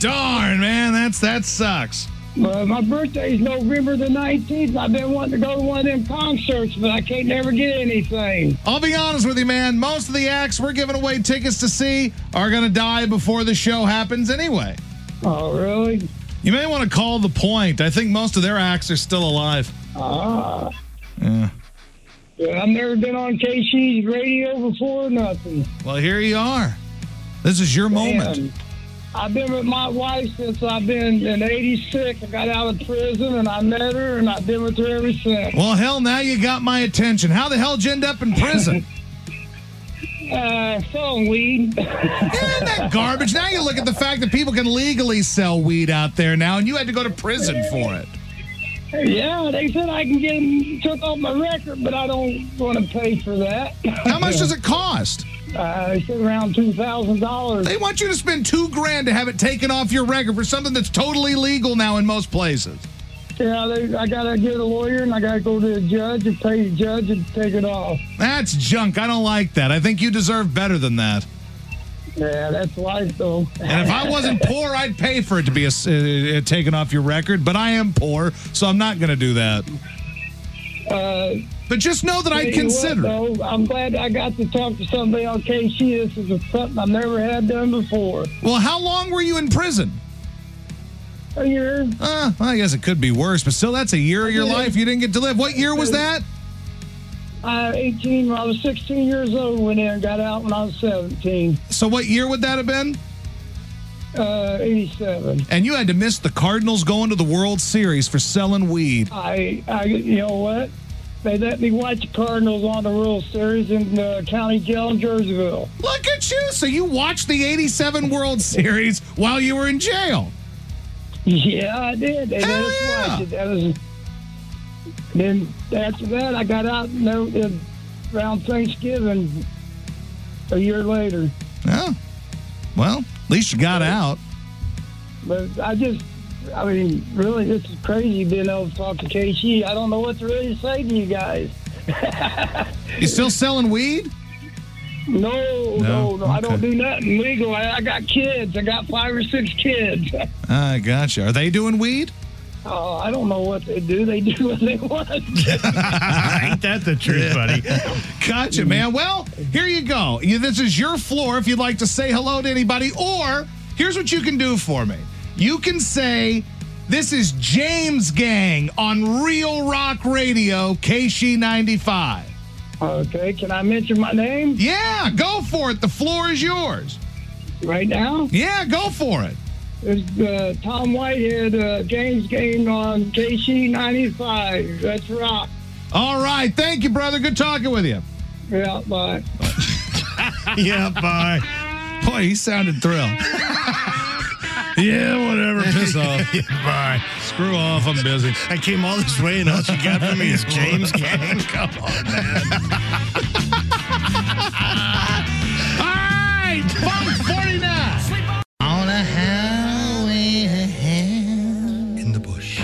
A: Darn, man, that's that sucks.
D: Uh, my birthday is November the 19th. I've been wanting to go to one of them concerts, but I can't never get anything.
A: I'll be honest with you, man. Most of the acts we're giving away tickets to see are going to die before the show happens anyway.
D: Oh, really?
A: You may want to call the point. I think most of their acts are still alive.
D: Ah. Yeah, I've never been on KC's radio before or nothing.
A: Well, here you are. This is your moment.
D: And I've been with my wife since I've been in 86. I got out of prison and I met her and I've been with her ever since.
A: Well, hell, now you got my attention. How the hell did you end up in prison?
D: Uh, selling weed.
A: Isn't that garbage? Now you look at the fact that people can legally sell weed out there now, and you had to go to prison for it.
D: yeah, they said I can get 'em took off my record, but I don't want to pay for that.
A: How much does it cost?
D: Uh, they said around $2,000.
A: They want you to spend two grand to have it taken off your record for something that's totally legal now in most places.
D: Yeah, they, I got to get a lawyer and I got to go to the judge and pay the judge and take it off.
A: That's junk. I don't like that. I think you deserve better than that.
D: Yeah, that's life, though.
A: And if I wasn't poor, I'd pay for it to be uh, uh, taken off your record, but I am poor, so I'm not going to do that.
D: Uh,
A: But just know that
D: Tell
A: I
D: you
A: consider it.
D: what, though, I'm glad I got to talk to somebody on KC. This is something I've never had done before.
A: Well, how long were you in prison?
D: A year,
A: Uh, I guess it could be worse, but still, that's a year of your
D: Yeah.
A: life you didn't get to live. What year was that?
D: I 18. When I was 16 years old, went in and got out when I was 17,
A: So, what year would that have been?
D: uh, 87.
A: And you had to miss the Cardinals going to the World Series for selling weed.
D: I, I, you know what? They let me watch the Cardinals on the World Series in uh, county jail in Jerseyville.
A: Look at you! So, you watched the 87 World Series while you were in jail.
D: Yeah, I did. They
A: Hell
D: let us
A: yeah.
D: watch it. That was. Then after that, I got out. You know, in- around Thanksgiving, a year later.
A: Oh. Well, at least you got out.
D: But I just, I mean, really, this is crazy being able to talk to KC. I don't know what to really say to you guys.
A: You still selling weed?
D: No, no, no. I don't
A: Okay.
D: do nothing legal. I, I got kids. I got five or six kids.
A: I gotcha. Are they doing weed?
D: Oh, I don't know what they do. They do what they want.
B: Ain't that the truth, buddy?
A: Gotcha, man. Well, here you go. You- This is your floor if you'd like to say hello to anybody, or here's what you can do for me. You can say, This is James Gang on Real Rock Radio, KC95.
D: okay, can I mention my name
A: Yeah, go for it. The floor is yours.
D: right now?
A: Yeah, go for it.
D: It's uh, Tom Whitehead, uh, James Game on KC95. That's rock.
A: All right. Thank you, brother. Good talking with you.
D: Yeah, bye.
B: yeah, bye.
A: Boy, he sounded thrilled. yeah, whatever. Piss off.
B: bye.
A: Screw off. I'm busy.
B: I came all this way, and all you got for me is James Gang. Come on, man.
A: All right. Funk 49. On a highway
B: In the bush.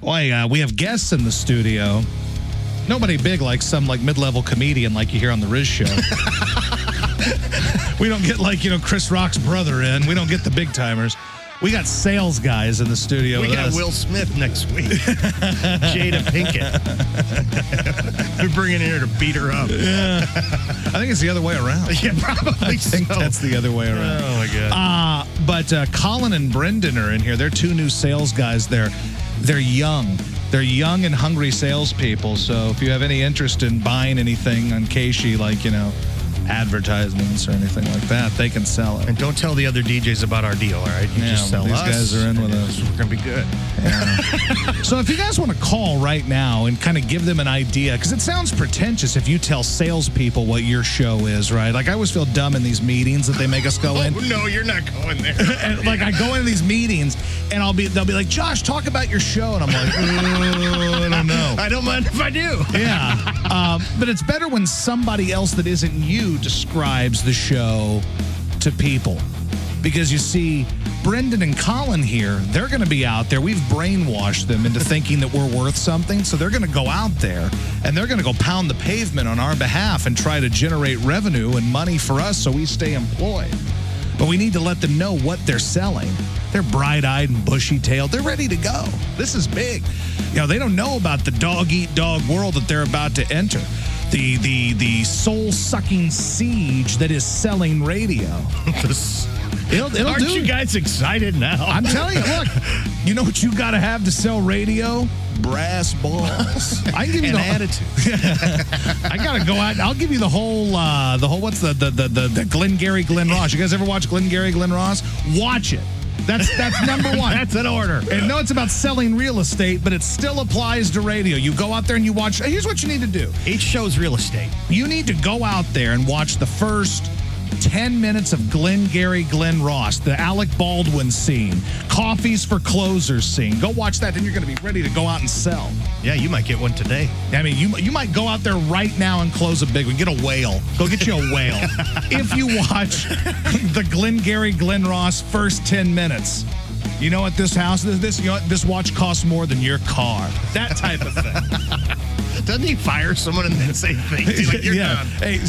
A: Boy, uh, we have guests in the studio. Nobody big like some like mid-level comedian like you hear on the Riz show. we don't get like, you know, Chris Rock's brother in. We don't get the big timers. We got sales guys in the studio.
B: We
A: with
B: got
A: us.
B: Will Smith next week. Jada Pinkett. We're bringing her to beat her up.
A: I think it's the other way around.
B: Yeah, probably
A: I think
B: so.
A: that's the other way around.
B: Oh my god.
A: Uh, but uh, Colin and Brendan are in here. They're two new sales guys. They're they're young. They're young and hungry salespeople. So if you have any interest in buying anything on Keishi, like you know, advertisements or anything like that. They can sell it.
B: And don't tell the other DJs about our deal, all right? You
A: Yeah,
B: just sell
A: these
B: us,
A: guys are in with
B: and
A: us.
B: We're going to be good.
A: So if you guys want to call right now and kind of give them an idea, because it sounds pretentious if you tell salespeople what your show is, right? Like I always feel dumb in these meetings that they make us go in.
B: no, you're not going there.
A: And, like I go into these meetings and I'll be they'll be like, Josh, talk about your show. And I'm like, "Uh, I don't know.
B: I don't mind if I do.
A: Yeah. Um, but it's better when somebody else that isn't you describes the show to people. Because you see, Brendan and Colin here, they're going to be out there. We've brainwashed them into thinking that we're worth something. So they're going to go out there and they're going to go pound the pavement on our behalf and try to generate revenue and money for us so we stay employed. But we need to let them know what they're selling. They're bright eyed and bushy tailed. They're ready to go. This is big. You know, they don't know about the dog eat dog world that they're about to enter. The the the soul sucking siege that is selling radio. It'll, it'll
B: Aren't
A: do
B: you
A: it.
B: guys excited now?
A: I'm telling you, look, you know what you got to have to sell radio? Brass balls. I can give you
B: an
A: the
B: attitude.
A: I gotta go out. I'll give you the whole, uh, the whole. What's the the the the, the Glengarry Glen Ross? You guys ever watch Glengarry Glen Ross? Watch it. That's that's number one.
B: That's an order.
A: And no, it's about selling real estate, but it still applies to radio. You go out there and you watch. Here's what you need to do.
B: Each show's real estate.
A: You need to go out there and watch the first 10 minutes of Glenn Gary, Glenn Ross, the Alec Baldwin scene, Coffees for Closers scene. Go watch that, then you're going to be ready to go out and sell.
B: Yeah, you might get one today.
A: I mean, you you might go out there right now and close a big one. Get a whale. Go get you a whale. if you watch the Glengarry Glen Ross first ten minutes, you know what this house this this you know what, this watch costs more than your car. That type of thing.
B: Doesn't he fire someone and then say things? He's like, you're done.
A: Hey,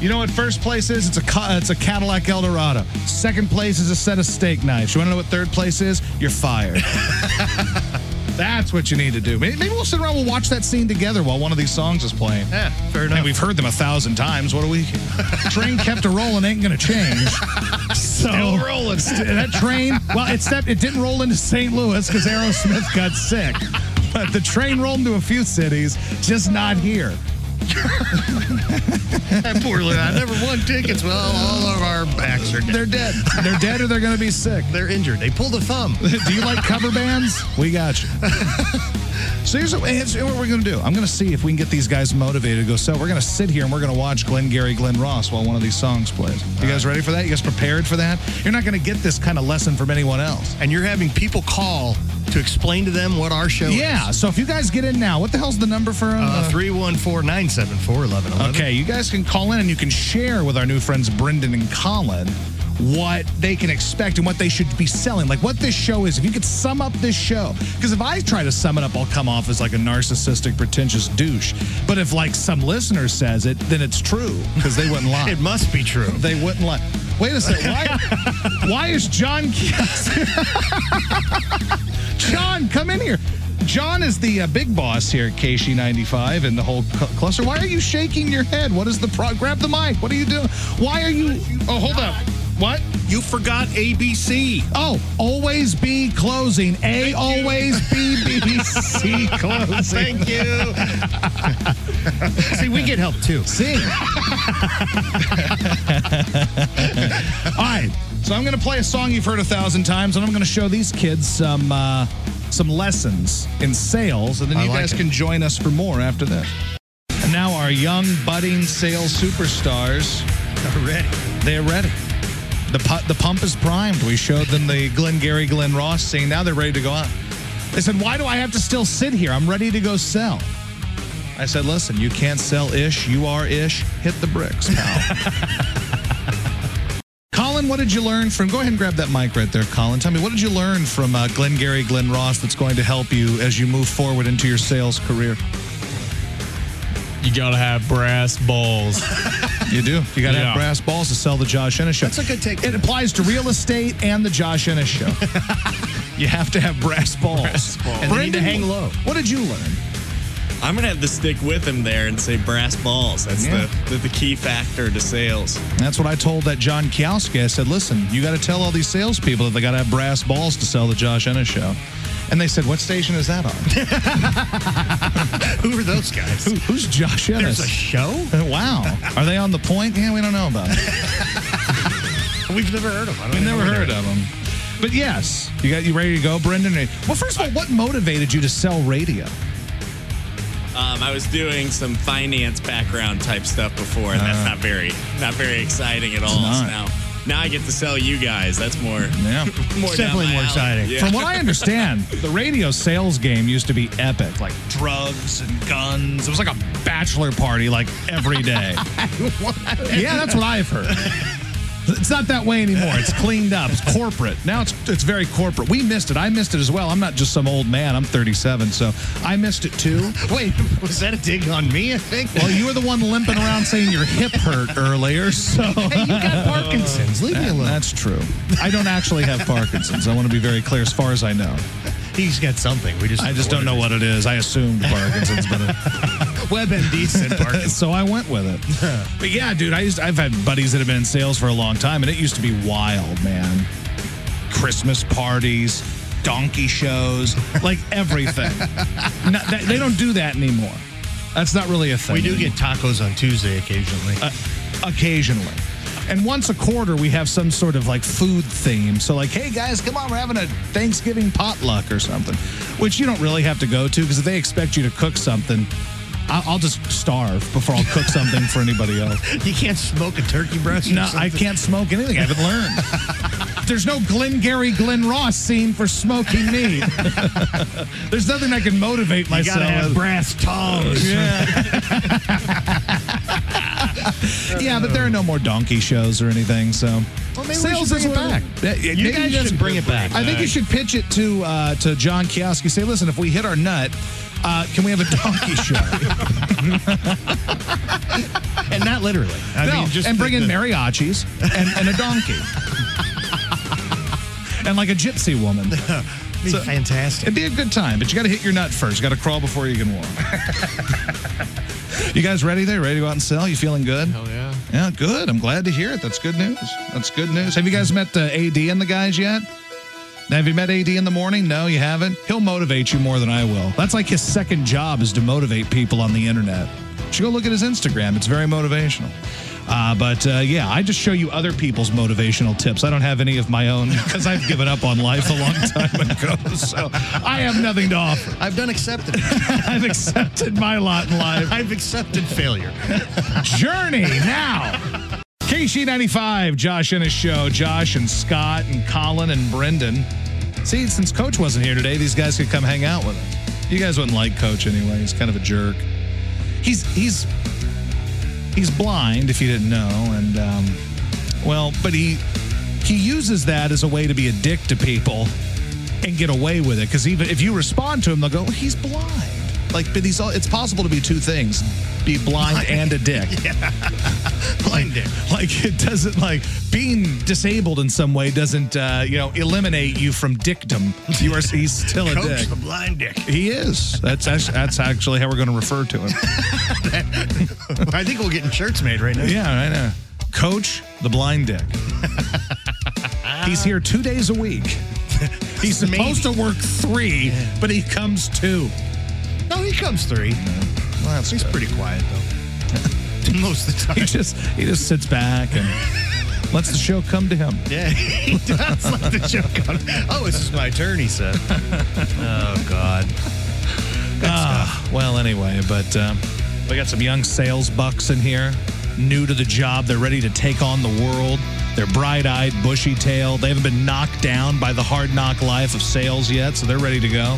A: you know what first place is? It's a ca- it's a Cadillac Eldorado. Second place is a set of steak knives. You want to know what third place is? You're fired. That's what you need to do. Maybe maybe we'll sit around, we'll watch that scene together while one of these songs is playing.
B: Yeah, fair enough.
A: And we've heard them a thousand times. What do we? train kept a rolling ain't gonna change. So
B: Still rolling.
A: st- that train. Well, it stepped. It didn't roll into St. Louis because Aerosmith got sick. But the train rolled into a few cities, just not here.
B: That poor little, I never won tickets. Well, all of our backs are dead.
A: They're dead. They're dead or they're gonna be sick.
B: They're injured. They pulled a thumb.
A: Do you like cover bands? We got you. So here's what, here's what we're going to do. I'm going to see if we can get these guys motivated to go sell. We're going to sit here and we're going to watch Glenn Gary, Glenn Ross while one of these songs plays. You guys ready for that? You guys prepared for that? You're not going to get this kind of lesson from anyone else.
B: And you're having people call to explain to them what our show
A: Yeah.
B: is.
A: So if you guys get in now, what the hell's the number for? Uh,
B: Uh, 314 974 1111.
A: Okay, you guys can call in and you can share with our new friends Brendan and Colin what they can expect and what they should be selling. Like what this show is. If you could sum up this show, because if I try to sum it up, I'll come off as like a narcissistic, pretentious douche. But if like some listener says it, then it's true because they wouldn't lie.
B: It must be true.
A: they wouldn't lie. Wait a second. Why, why is John Kielce? John, come in here. John is the uh, big boss here at KC95 and the whole cl- cluster. Why are you shaking your head? What is the pro? Grab the mic. What are you doing? Why are you? Oh, hold up. What?
F: You forgot ABC.
A: Oh, always be closing. A always be BBC closing.
B: Thank you. See, we get help too.
A: Sing. All right. So I'm going to play a song you've heard a thousand times, and I'm going to show these kids some uh, some lessons in sales, and then
B: I
A: you
B: like
A: guys
B: it.
A: can join us for more after this. And now our young budding sales superstars,
B: Ready.
A: they're ready. The pu- the pump is primed. We showed them the Glengarry Glen Ross scene. Now they're ready to go out. They said, "Why do I have to still sit here? I'm ready to go sell." I said, "Listen, you can't sell ish. You are ish. Hit the bricks, pal." Colin, what did you learn from? Go ahead and grab that mic right there, Colin. Tell me, what did you learn from uh, Glengarry Glen Ross that's going to help you as you move forward into your sales career?
F: You gotta have brass balls.
A: You do. You got to
F: Yeah.
A: have brass balls to sell the Josh Ennis show.
B: That's a good take.
A: It applies to real estate and the Josh Ennis show. you have to have brass balls.
B: And they need to hang low.
A: What did you learn?
G: I'm gonna have to stick with him there and say brass balls. That's
A: Yeah.
G: the, the the key factor to sales.
A: That's what I told that John Kiowski. I said, listen, you got to tell all these salespeople that they got to have brass balls to sell the Josh Ennis show. And they said, What station is that on?
B: Who are those guys?
A: Who, who's Josh Ennis?
B: There's a show?
A: wow. Are they on the point? Yeah, we don't know about it.
B: We've never heard of them. I
A: We've
B: don't
A: never
B: know
A: heard of them. But yes, you got you ready to go, Brendan? Well, first of all, what motivated you to sell radio?
G: Um, I was doing some finance background type stuff before, and that's not very not very exciting at all.
A: Uh.
G: So
A: not.
G: now, now I get to sell you guys. That's more
A: Yeah.
G: more down
B: definitely
G: my
B: more
G: alley.
B: exciting.
G: Yeah.
A: From what I understand, the radio sales game used to be epic. Like
B: drugs and
A: guns. It was like a bachelor party, like every day. yeah, that's what I've heard. It's not that way anymore. It's cleaned up. It's corporate. Now it's it's very corporate. We missed it. I missed it as well. I'm not just some old man. I'm 37, so I missed it too.
B: Wait, was that a dig on me? I think.
A: Well, you were the one limping around saying your hip hurt earlier, so
B: hey, you got Parkinson's. Leave me
A: Yeah,
B: alone.
A: That's true. I don't actually have Parkinson's. I want to be very clear as far as I know.
B: He's got something. We just.
A: I just don't know what it is. I assumed Parkinson's, but
B: WebMD said Parkinson's.
A: so I went with it. But yeah, dude, I used I've had buddies that have been in sales for a long time and it used to be wild, man. Christmas parties, donkey shows, like everything. Not- that- they don't do that anymore. That's not really a thing.
B: We do
A: anymore.
B: get tacos on Tuesday occasionally.
A: Uh, occasionally. And once a quarter, we have some sort of like food theme. So, like, hey guys, come on, we're having a Thanksgiving potluck or something, which you don't really have to go to because if they expect you to cook something, I- I'll just starve before I'll cook something for anybody else.
B: you can't smoke a turkey breast. or
A: No, I
B: something?
A: can't smoke anything. I haven't learned. There's no Glengarry Glen Ross scene for smoking meat. There's nothing I can motivate
B: You
A: myself.
B: gotta have
A: with.
B: brass tongs.
A: Yeah. yeah, but there are no more donkey shows or anything. So
B: Well, maybe we should bring it
A: where-
B: back.
A: Yeah, yeah,
B: You
A: maybe
B: guys
A: that's-
B: should bring it back.
A: I think you should pitch it to uh, to John Kioski. Say, listen, if we hit our nut, uh, can we have a donkey show?
B: and not literally. I
A: no,
B: mean, just
A: and bring
B: the-
A: in
B: the-
A: mariachis and, and a donkey. And like a gypsy woman.
B: it'd be fantastic.
A: It'd be a good time, but you got to hit your nut first. You got to crawl before you can walk. you guys ready there? Ready to go out and sell? You feeling good?
F: Hell yeah.
A: Yeah, good. I'm glad to hear it. That's good news. That's good news. Have you guys met uh, AD and the guys yet? Have you met AD in the morning? No, you haven't. He'll motivate you more than I will. That's like his second job is to motivate people on the internet. You should go look at his Instagram. It's very motivational. Uh, but uh, yeah, I just show you other people's motivational tips. I don't have any of my own because I've given up on life a long time ago. So I have nothing to offer.
B: I've done accepted.
A: I've accepted my lot in life.
B: I've accepted failure.
A: Journey now. KC95, Josh and his show. Josh and Scott and Colin and Brendan. See, since Coach wasn't here today, these guys could come hang out with us. You guys wouldn't like Coach anyway. He's kind of a jerk. He's he's he's blind, if you didn't know, and um, well, but he he uses that as a way to be a dick to people and get away with it. Because even if you respond to him, they'll go, well, "He's blind." Like, but he's all, it's possible to be two things: be blind and a dick
B: Blind dick.
A: like it doesn't like being disabled in some way doesn't uh, you know eliminate you from dickdom. You are he's still a
B: Coach
A: dick.
B: the blind dick.
A: He is. That's act- that's actually how we're going to refer to him.
B: I think we're getting shirts made right now.
A: Yeah, I know. Coach the blind dick. he's here two days a week. He's supposed to work three, but he comes two.
B: No, he comes three.
A: Well, that's
B: He's pretty quiet though. Most of the
A: He
B: time.
A: just he just sits back and lets the show come to him.
B: Yeah, he does like the joke on. Oh, this is my turn, he said. Oh God.
A: Ah, Well, anyway, but um, we got some young sales bucks in here, new to the job. They're ready to take on the world. They're bright eyed, bushy tailed. They haven't been knocked down by the hard knock life of sales yet, so they're ready to go.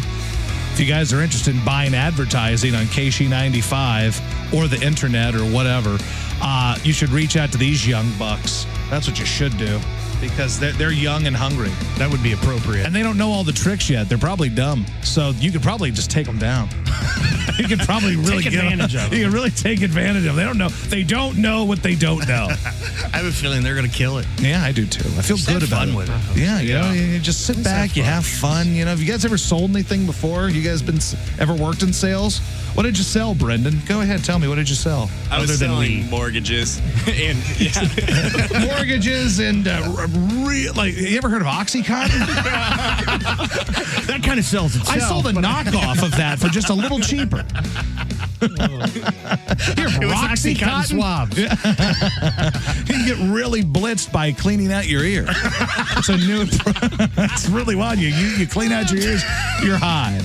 A: If you guys are interested in buying advertising on KC95 or the internet or whatever, uh, you should reach out to these young bucks. That's what you should do because they're, they're young and hungry
B: That would be appropriate.
A: and they don't know all the tricks yet. They're probably dumb. So you could probably just take them down. you could probably really
B: Take
A: get 'em-
B: advantage of 'em.
A: You can really take advantage of them. They don't know. They don't know what they don't know.
B: I have a feeling they're gonna kill it.
A: yeah, I do too. I feel
B: Just
A: good
B: have
A: about
B: fun
A: it.
B: with it.
A: Yeah, you know, you you just sit back,
B: have
A: you
B: fun.
A: have fun. You know, have you guys ever sold anything before? You guys been s- ever worked in sales? What did you sell, Brendan? Go ahead, tell me. What did you sell?
G: I was selling mortgages and yeah.
A: Oh, mortgages and uh, r- re- like you ever heard of OxyContin?
B: That kind of sells itself.
A: I sold a knockoff of that for just a little cheaper. Here, Roxy Cotton swabs. you can get really blitzed by cleaning out your ear. It's a new. it's really wild. You, you you clean out your ears, you're high.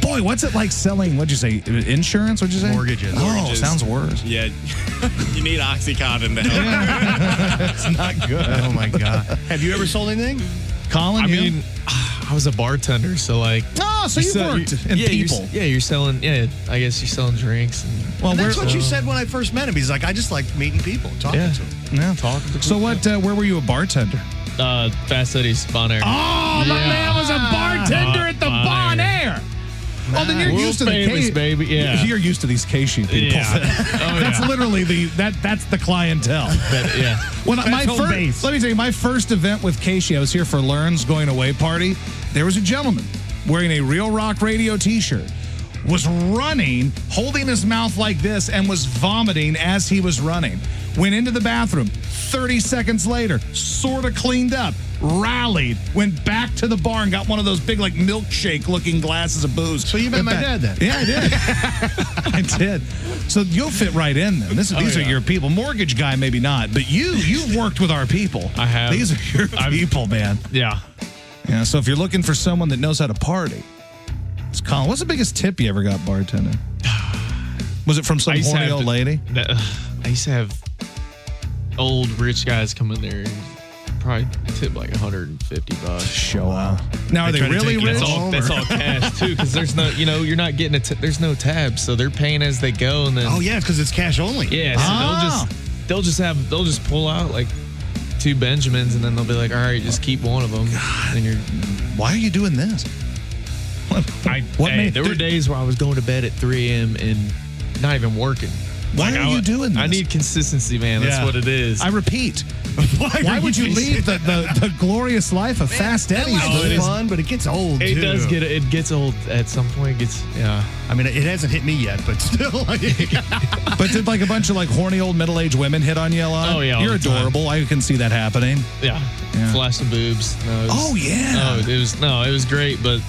A: Boy, what's it like selling? What'd you say? Insurance? What'd you say?
B: Mortgages.
A: Oh,
G: Mortgages.
A: sounds worse.
G: Yeah, you need OxyContin to help.
A: It's not good.
B: Oh my god.
C: Have you ever sold anything?
A: Colin,
F: I
A: you?
F: mean, I was a bartender, so like.
A: oh, so you
F: sell-
A: worked in
F: yeah, you're-
A: people.
F: yeah, you're selling. Yeah, I guess you're selling drinks. And, Uh,
A: well,
C: That's
A: where-
C: what you said when I first met him. He's like, I just like meeting people, talking
F: yeah,
C: to them.
A: Yeah.
F: Talking to
A: So
F: people.
A: what? Uh, where were you a bartender?
F: Uh, Fast Eddie's Bon Air.
A: Oh, my
F: Yeah.
A: man was a bartender at the
F: Bon
A: Bon
F: Air.
A: Air. Oh, then you're
F: World
A: used to the
F: famous,
A: K-
F: baby. Yeah.
A: You're used to these Casey people.
F: Yeah. Oh,
A: that's
F: yeah.
A: literally the that that's the clientele.
F: But, yeah.
A: When I- my
B: home
A: first,
B: base.
A: let me tell you, my first event with Casey, I was here for Learn's going away party. There was a gentleman wearing a Real Rock Radio T-shirt, was running, holding his mouth like this, and was vomiting as he was running. Went into the bathroom. Thirty seconds later, sort of cleaned up, rallied, went back to the bar and got one of those big like milkshake-looking glasses of booze.
C: So you met
A: Went
C: my dad
A: back-
C: then?
A: Yeah, I did. I did. So you'll fit right in then.
F: Oh,
A: This, these are your people. Mortgage guy, maybe not, but you you've worked with our people.
F: I have.
A: These are your
F: I've-
A: people, man.
F: Yeah.
A: Yeah. So if you're looking for someone that knows how to party, it's Colin. What's the biggest tip you ever got bartending? Was it from some
F: used to
A: horny
F: have
A: old
F: to-
A: lady?
F: that- I used to have old rich guys come in there and probably tip like 150 bucks.
A: Show up. Now are they,
B: try to
A: really
B: take you
A: rich?
F: That's all, that's all cash too, because there's no, you know, you're not getting a, t- there's no tab, so they're paying as they go, and then
C: Oh yeah, because it's cash only.
F: yeah, so
A: Ah.
F: they'll just, they'll just have, they'll just pull out like two Benjamins, and then they'll be like, all right, just keep one of them, and you're.
A: Why are you doing this?
F: I,
A: What
F: hey,
A: made-
F: there were days where I was going to bed at 3 a.m. and not even working.
A: Why
F: Like,
A: are
F: I
A: you
F: wa-
A: doing this?
F: I need consistency, man. That's
A: Yeah.
F: what it is.
A: I repeat. Why, would you leave the, the, the glorious life of Fast
C: That
A: Eddie's?
C: life's
F: it is-
C: fun, but it gets old.
F: It
C: too.
F: does get it gets old at some point. It gets yeah.
C: I mean, it hasn't hit me yet, but still.
A: But did like a bunch of like horny old middle aged women hit on you a lot?
F: Oh, yeah, all
A: You're
F: the time.
A: adorable. I can see that happening.
F: Yeah.
A: Yeah.
F: Flash some boobs. No, it was-
A: Oh, yeah.
F: No, it was no, it was great, but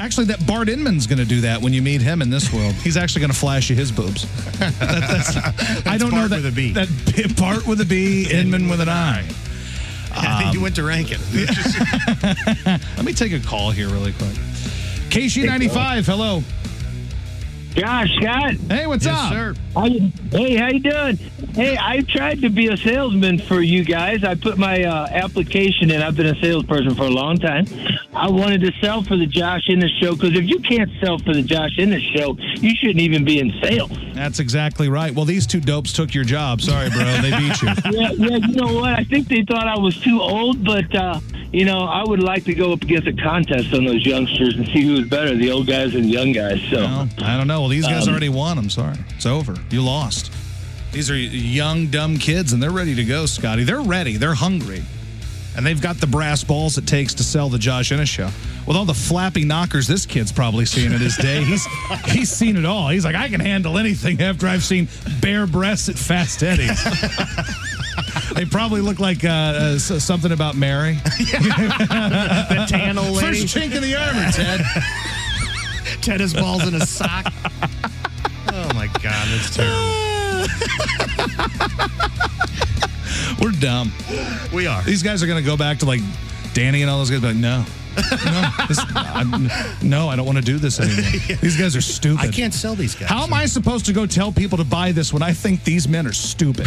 A: Actually, that Bart Inman's going to do that when you meet him in this world. He's actually going to flash you his boobs. That- that's- I don't know
C: Bart
A: that
C: with a B.
A: That B- Bart with a B, Inman with an I.
C: I think you went to Rankin.
A: Let me take a call here really quick. KC95, hello.
E: Josh, Scott.
A: Hey, what's up?
E: I, hey, how you doing? Hey, I tried to be a salesman for you guys. I put my uh, application in. I've been a salesperson for a long time. I wanted to sell for the Josh Innes show because if you can't sell for the Josh Innes show, you shouldn't even be in sales.
A: That's exactly right. Well, these two dopes took your job. Sorry, bro. They beat you.
E: yeah, yeah, you know what? I think they thought I was too old, but uh, you know, I would like to go up against a contest on those youngsters and see who's better, the old guys and the young guys. So.
A: Well, I don't know. Well, these guys already won. I'm sorry. It's over. You lost. These are young, dumb kids, and they're ready to go, Scotty. They're ready. They're hungry. And they've got the brass balls it takes to sell the Josh Innes show. With all the flappy knockers this kid's probably seen in his day, he's he's seen it all. He's like, I can handle anything after I've seen bare breasts at Fast Eddie's. they probably look like uh, uh, s- something about Mary.
C: the tan old lady.
A: First chink in the armor, Ted.
C: Ted his balls in a sock. oh my god, that's terrible.
A: We're dumb.
C: We are.
A: These guys are going to go back to like Danny and all those guys. Be like, no, no, this, I'm, no, I don't want to do this anymore. These guys are stupid.
C: I can't sell these guys.
A: How am I supposed to go tell people to buy this when I think these men are stupid?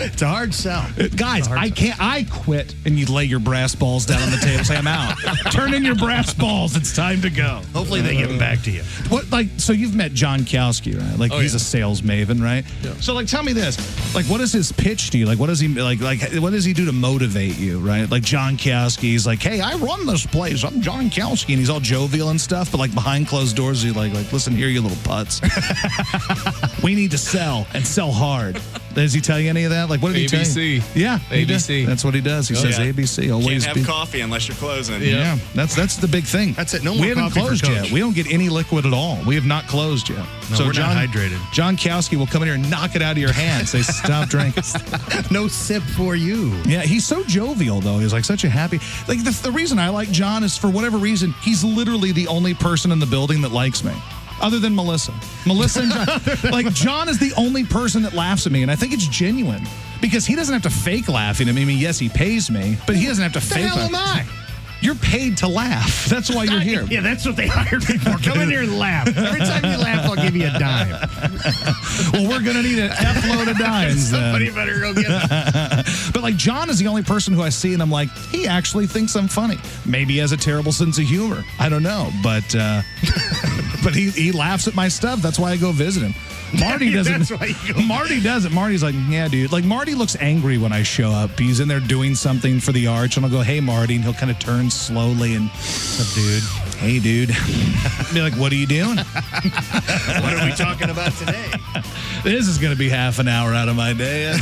C: It's a hard sell.
A: guys, I can't. I quit. And you lay your brass balls down on the table. Say, I'm out. Turn in your brass balls. It's time to go.
C: Hopefully they give them back to you.
A: What like so you've met John Kowski, right? Like
F: Oh,
A: he's
F: yeah.
A: a sales maven, right? So like tell me this. Like what is his pitch to you? Like what does he like like what does he do to motivate you, right? Like John Kowski, he's like, Hey, I run this place. I'm John Kowski, and he's all jovial and stuff, but like behind closed doors, he's like like listen here, you little putts. we need to sell and sell hard. Does he tell you any of that? Like, what did he
F: ABC.
A: tell you? Yeah, he does.
F: ABC.
A: That's what he does. He
F: Oh,
A: says
G: yeah.
A: ABC.
G: Can't
A: Always
G: have
A: be.
G: coffee unless you're closing.
A: Yeah, that's that's the big thing.
C: That's it. No
A: we
C: more
A: haven't
C: coffee for
A: closed
C: Coach.
A: yet. We don't get any liquid at all. We have not closed yet.
C: No, we're not
A: John,
C: hydrated.
A: John Kowski will come in here and knock it out of your hand. Say, stop drinking.
C: No sip for you.
A: Yeah, he's so jovial though. He's like such a happy. Like the, the reason I like John is for whatever reason he's literally the only person in the building that likes me, other than Melissa. Melissa and John, like John is the only person that laughs at me, and I think it's genuine because he doesn't have to fake laughing at me. I mean, yes, he pays me, but he doesn't have to fake.
C: hell am I?
A: You're paid to laugh. That's why you're here.
C: Yeah, that's what they hired me for. Come in here and laugh. Every time you laugh, I'll give you a dime.
A: Well, we're gonna need an F load of dimes. then.
C: Somebody better go get it.
A: But like John is the only person who I see and I'm like, he actually thinks I'm funny. Maybe he has a terrible sense of humor. I don't know, but uh, but he, he laughs at my stuff. That's why I go visit him. Marty doesn't.
C: That's why you go-
A: Marty doesn't. Marty's like, yeah, dude. Like Marty looks angry when I show up. He's in there doing something for the arch, and I'll go, hey, Marty, and he'll kind of turn slowly and, dude, hey, dude, be like, what are you doing?
C: What are we talking about today?
A: This is going to be half an hour out of my day.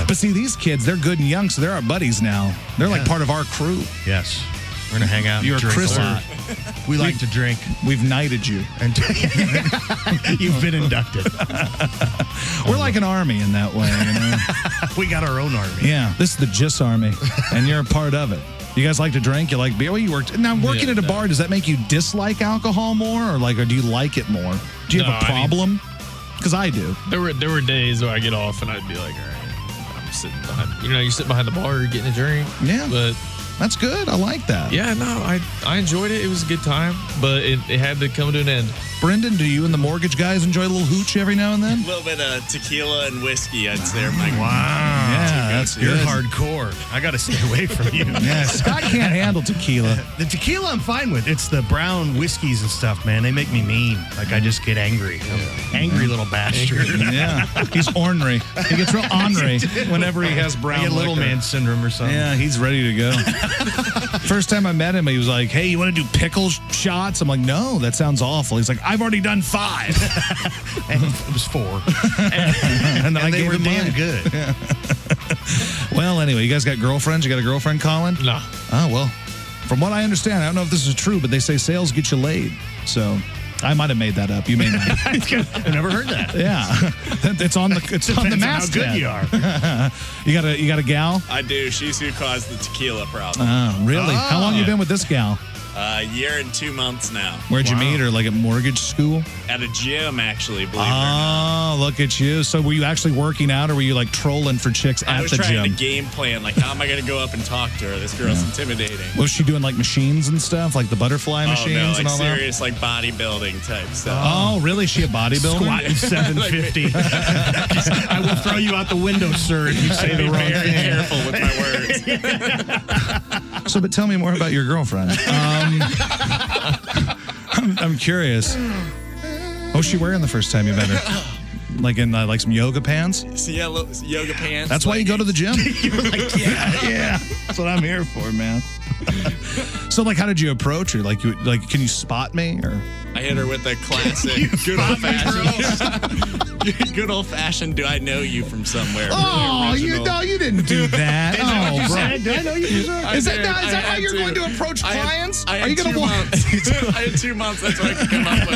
A: but see, these kids, they're good and young, so they're our buddies now. They're like part of our crew.
C: Yes. We're going to hang out. and
A: You're
C: drink
A: Chris.
C: a lot. We like to drink.
A: We've knighted you.
C: And You've been inducted.
A: We're
F: Oh,
A: like an army in that way. You know?
C: We got our own army.
A: yeah, this is the GIS army, and you're a part of it. You guys like to drink? You like beer? Well, you worked. Now, working
F: Yeah,
A: at a
F: no.
A: bar, does that make you dislike alcohol more, or like, or do you like it more? Do you have a
F: No, I mean-
A: problem? Because I do.
F: There were there were days where I get off and I'd be like, all right, I'm sitting behind. You know, you're sitting behind the bar, you're getting a drink.
A: Yeah.
F: But
A: That's good. I like that.
F: yeah, no, I I enjoyed it. It was a good time, but it, it had to come to an end.
A: Brendan, do you and the mortgage guys enjoy a little hooch every now and then?
G: A little bit of tequila and whiskey, I'd say, are my
A: Mm.
C: Wow.
A: Yeah, that's
C: You're
A: good.
C: hardcore. I got to stay away from you.
A: Yeah, Scott can't handle tequila.
C: The tequila I'm fine with. It's the brown whiskeys and stuff, man. They make me mean. Like I just get angry. I'm an Angry little bastard.
A: Yeah, he's ornery. He gets real ornery whenever he has brown
C: I get little
A: liquor.
C: man syndrome or something.
A: Yeah, he's ready to go. First time I met him, he was like, "Hey, you want to do pickle sh- shots?" I'm like, "No, that sounds awful." He's like, "I've already done five.
C: And it was four.
A: and then I
C: and they
A: gave
C: were
A: him
C: damn
A: mine.
C: good.
A: Well, anyway, you guys got girlfriends? You got a girlfriend, Colin?
F: Nah.
A: Oh well, from what I understand, I don't know if this is true, but they say sales get you laid. So I might have made that up. You may not.
C: I've never heard that.
A: yeah, it's on the it's on the
C: Depends how
A: mask.
C: good you are.
A: You got a you got a gal?
G: I do. She's who caused the tequila problem.
A: Oh, really? How long you been with this gal?
G: A year and two months now.
A: Where'd you meet her? Like at mortgage school?
G: At a gym, actually, believe it or not.
A: Oh, look at you. So were you actually working out or were you like trolling for chicks
G: I
A: at
G: was
A: the gym?
G: trying to game plan, like, how am I going to go up and talk to her? This girl's intimidating.
A: was she doing like machines and stuff, like the butterfly machines
G: oh, no, like
A: and all that?
G: serious, like bodybuilding type stuff.
A: Oh, really? She a bodybuilder?
C: Squatting 750. I will throw you out the window, sir, if you say the wrong
G: Very
C: thing.
G: careful with my words.
A: So, but tell me more about your girlfriend. Um, I'm, I'm curious. What was she wearing the first time you met her? Like in uh, like some yoga pants?
G: So yeah, lo- yoga pants.
A: That's why you go to the gym.
G: yeah.
A: yeah, that's what I'm here for, man. so, like, how did you approach her? Like, you like, can you spot me? Or
G: I hit her with a classic, good old fashioned. good old fashioned. Do I know you from somewhere? Really original.
A: Oh, you didn't do that. oh, bro.
C: Did I know you deserve
G: I
A: Is that
G: did.
A: not- is
G: I
A: that how
G: had
A: you're going to approach
G: I had-
A: clients?
G: I
A: Are
G: had,
A: you gonna
G: two
A: walk-
G: months. I had two months. That's what I could come up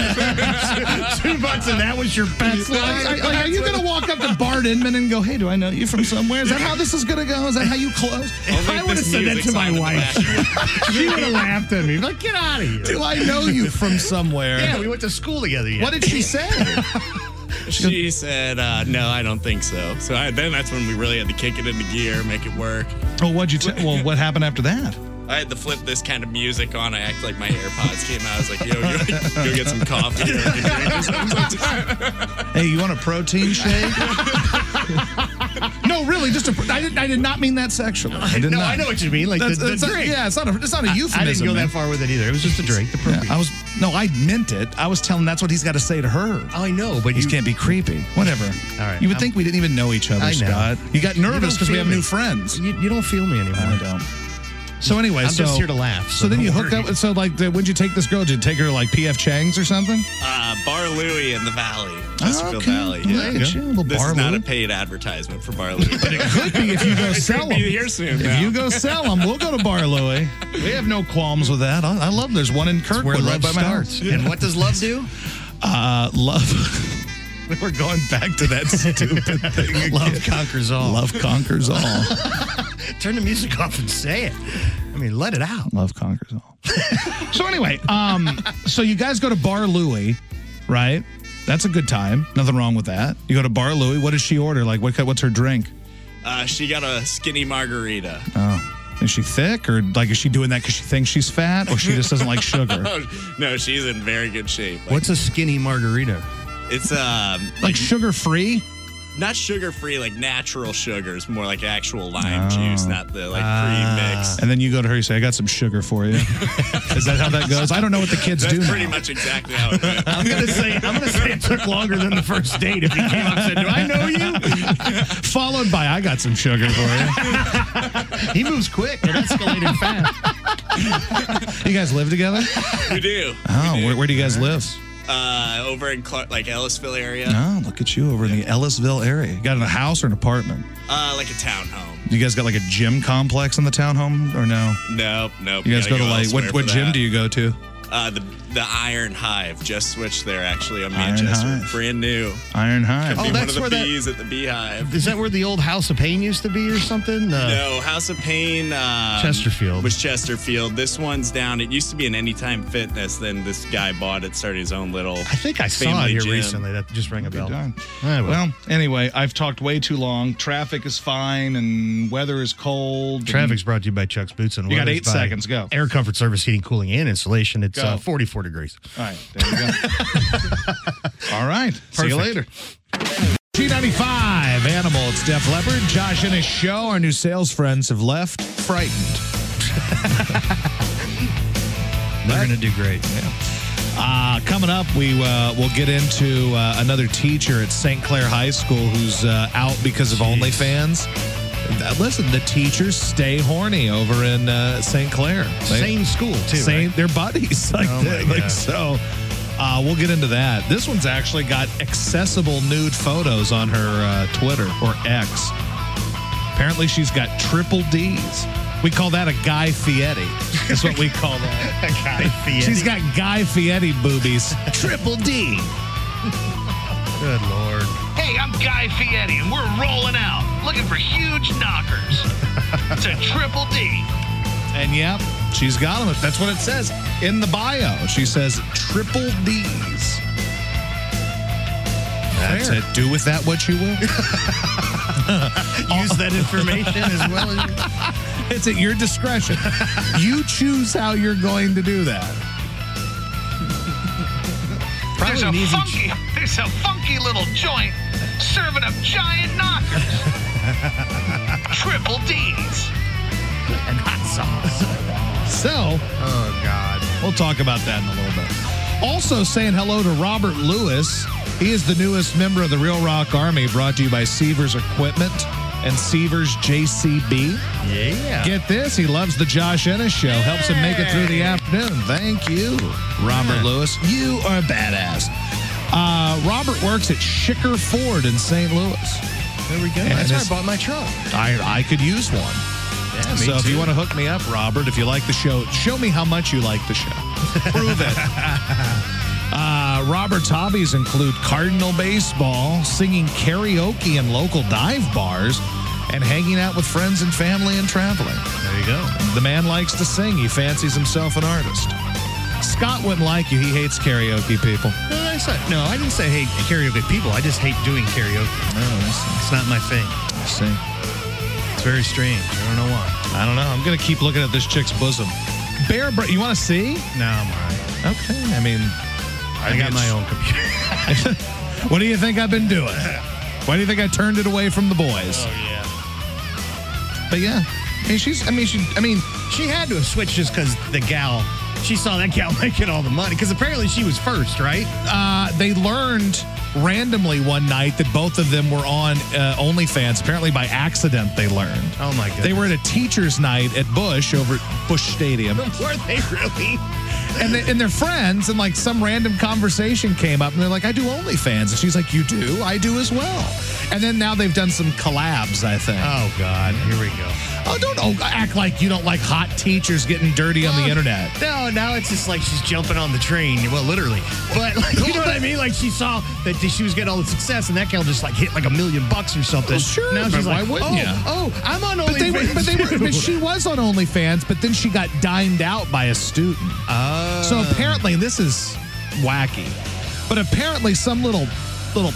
G: with.
C: two bucks and that was your best
A: Like,
C: line?
A: like, are you going to walk up to Bart Inman and go, hey, do I know you from somewhere? Is that how this is going to go? Is that how you close?
C: I
G: I'll leave
C: would have
G: this
C: said that
G: music
C: to my
G: on in the
C: wife.
G: background.
C: She would have laughed at me. Like, get out of here.
A: Do I know you from somewhere?
C: Yeah, we went to school together.
A: What did she say?
G: She said, uh, "No, I don't think so." So I, then that's when we really had to kick it into gear, make it work.
A: well, what'd you tell? Well, what happened after that?
G: I had to flip this kind of music on. I act like my AirPods came out. I was like, "Yo, yo go get some coffee." Or a drink or something."
A: Hey, you want a protein shake? no, really, just a. I did, I did not mean that sexually. I did
C: No,
A: not.
C: I know what you mean. Like
A: That's,
C: the, the
A: that's not-
C: drink.
A: yeah, it's not a. It's not a euphemism.
C: I didn't go
A: man.
C: that far with it either. It was just a drink. The
A: Yeah,
C: protein.
A: I was no, I meant it. I was telling that's what he's got to say to her.
C: I know, but
A: You
C: Oh, you
A: can't be creepy. Whatever.
C: All right,
A: You would
C: I'm-
A: think we didn't even know each other,
C: I know.
A: Scott. You got nervous
C: don't
A: because we
C: feel
A: have new
C: me.
A: friends.
C: You, you don't feel me anymore.
A: I don't. So anyway,
C: I'm
A: so
C: just here to laugh.
A: So then
C: don't
A: you hooked
C: worry.
A: up. So like, the, when'd you take this girl? Did you take her to, like PF Chang's or something?
G: Uh, Bar Louie in the Valley, Westerville
A: Okay.
G: Valley.
A: Well, there you go. Little
G: This
A: Bar
G: is not a
A: Louie.
G: paid advertisement for Bar Louie, but it
A: Could be if you go sell
G: could
A: them.
G: be here soon.
A: If
G: now.
A: you go sell them, we'll go to eh? Barlowe. We have no qualms with that. I, I love. There's one in Kirkwood,
C: where
A: right
C: love
A: by my
C: starts.
A: house.
C: And what does love do?
A: Uh, love. We're going back to that stupid thing.
C: Love
A: again.
C: conquers all.
A: Love conquers all.
C: Turn the music off and say it. I mean, let it out.
A: Love conquers all. so anyway, um, so you guys go to Bar Louie, right? That's a good time. Nothing wrong with that. You go to Bar Louie. What does she order? Like, what? What's her drink?
G: Uh, she got a skinny margarita.
A: Is she thick, or like, is she doing that because she thinks she's fat, or she just doesn't like sugar?
G: Oh, no, she's in very good shape. Like,
C: What's a skinny margarita?
G: It's um,
A: Like sugar free?
G: not sugar free, like natural sugars, more like actual
A: Oh.
G: lime juice, not the like pre-mixed.
A: And then you go to her, you say, I got some sugar for you. Is that how that goes? I don't know what the kids
G: That's
A: do
G: pretty
A: now.
G: much exactly how it went.
C: I'm gonna say I'm gonna say it took longer than the first date. If you came up and said, "Do I know you?"
A: Followed by, I got some sugar for you.
C: He moves quick. It escalated fast.
A: You guys live together?
G: we do.
A: Oh, where, where do you guys live?
G: Uh, over in Clark, like Ellisville area,
A: Oh, look at you over in the Ellisville area. You got a house or an apartment?
G: uh, like a townhome.
A: You guys got like a gym complex in the townhome or no?
G: Nope, nope.
A: You guys
G: gotta
A: go to like,
G: elsewhere
A: what,
G: for
A: what gym
G: that.
A: do you go to?
G: Uh, the the Iron Hive just switched there actually on
A: Iron
G: Manchester,
A: Hive.
G: brand new.
A: Iron High.
G: Be
C: Oh, that's
G: one
C: where
G: of the
C: that-
G: bees at the Beehive.
C: Is that where the old House of Pain used to be, or something? Uh,
G: No, House of Pain. Um,
C: Chesterfield.
G: was Chesterfield. This one's down. It used to be an Anytime Fitness. Then this guy bought it, started his own little.
C: I think I saw it
G: Family
C: here
G: gym.
C: recently. That just rang a bell.
A: done.
C: Yeah, well.
A: Well, anyway, I've talked way too long. Traffic is fine and weather is cold.
C: Traffic's brought to you by Chuck's Boots and
A: You got
C: Weathers
A: eight
C: by
A: seconds, go.
C: Air Comfort Service Heating, Cooling, and Insulation. It's
A: Go.
C: uh, 44 degrees.
A: All right, there you go. All right, see you
C: Perfect.
A: later. G95 Animal, it's Def Leppard. Josh and his show. Our new sales friends have left frightened.
C: They're going to do great.
A: Uh, coming up, we uh, will get into uh, another teacher at St. Clair High School who's uh, out because of OnlyFans. Th- Listen, the teachers stay horny over in uh, St. Clair. They-
C: Same school, too.
A: same,
C: right?
A: they're buddies. Like,
C: Oh my
A: they- like,
C: God.
A: so. Uh, we'll get into that. This one's actually got accessible nude photos on her uh, Twitter or X. Apparently, she's got triple D's. We call that a Guy Fieri. That's what we call that.
C: Guy Fieri.
A: She's got Guy Fieri boobies. Triple D.
C: Good Lord.
H: Hey, I'm Guy Fieri, and we're rolling out looking for huge knockers. it's a triple D.
A: And yep, she's got them. That's what it says in the bio. She says triple D's. That's
C: Fair.
A: it. Do with that what you will.
C: Use that information as well as you
A: it's at your discretion. you choose how you're going to do that.
H: There's a funky, there's a funky little joint serving up giant knockers. triple D's.
C: and hot sauce.
A: So
C: Oh, God.
A: we'll talk about that in a little bit. Also, saying hello to Robert Lewis. He is the newest member of the Real Rock Army, brought to you by Seavers Equipment and Seavers JCB.
C: Yeah.
A: Get this, he loves the Josh Ennis show. Helps him make it through the afternoon. Thank you, Robert Lewis. You are a badass. Uh, Robert works at Schicker Ford in St. Louis.
C: there we go.
A: And
C: That's where I
A: it's-
C: bought my truck.
A: I, I could use one.
C: Yeah,
A: so if you want to hook me up, Robert, if you like the show, show me how much you like the show. Prove it. Uh, Robert's hobbies include cardinal baseball, singing karaoke in local dive bars, and hanging out with friends and family and traveling.
C: There you go.
A: The man likes to sing. He fancies himself an artist. Scott wouldn't like you. He hates karaoke people.
C: No, I said, no, I didn't say hate karaoke people. I just hate doing karaoke. It's not my thing.
A: Oh, I see.
C: It's very strange. I don't know why.
A: I don't know. I'm gonna keep looking at this chick's bosom. Bear, bra- you want to see?
C: No, I'm all right.
A: Okay. I mean,
C: I got my own computer.
A: what do you think I've been doing? Why do you think I turned it away from the boys?
C: yeah.
A: But Oh, yeah, I mean, she's. I mean, she. I mean,
C: She had to have switched just because the gal, she saw that gal making all the money. Because apparently she was first, right?
A: uh, they learned randomly one night that both of them were on uh, OnlyFans. Apparently, by accident, they learned.
C: Oh my god.
A: They were at a teacher's night at Bush over at Bush Stadium.
C: were they really?
A: and, they, and they're friends, and like some random conversation came up, and they're like, "I do OnlyFans," and she's like, "You do? I do as well." And then now they've done some collabs, I think.
C: Oh god, here we go.
A: oh, don't oh, act like you don't like hot teachers getting dirty
C: Oh,
A: on the internet.
C: No, now it's just like she's jumping on the train. Well, literally, but like, you know what I mean. Like she saw that she was getting all the success, and that gal just like hit like a million bucks or something.
A: Well, sure,
C: Now
A: but
C: she's
A: why
C: like,
A: wouldn't
C: oh,
A: ya?
C: oh, I'm on
A: But they, were,
C: OnlyFans.
A: but they were,
C: too."
A: but she was on OnlyFans, but then she got dined out by a student. Oh. So apparently, this is wacky. But apparently, some little little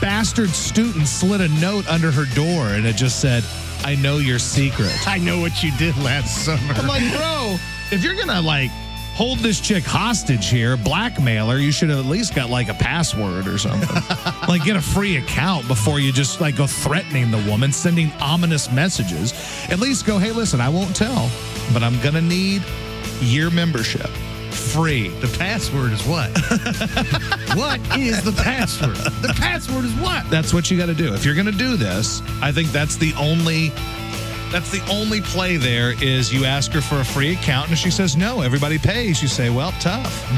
A: bastard student slid a note under her door, and it just said, "I know your secret."
C: I know what you did last summer.
A: I'm like, bro, if you're gonna like hold this chick hostage here, blackmail her, you should have at least got like a password or something. like get a free account before you just like go threatening the woman, sending ominous messages. At least go, hey, listen, I won't tell, but I'm gonna need your membership. Free.
C: The password is what? what is the password? The password is what?
A: That's what you gotta do. If you're gonna do this, I think that's the only that's the only play there is you ask her for a free account and she says no, everybody pays. You say, well, tough.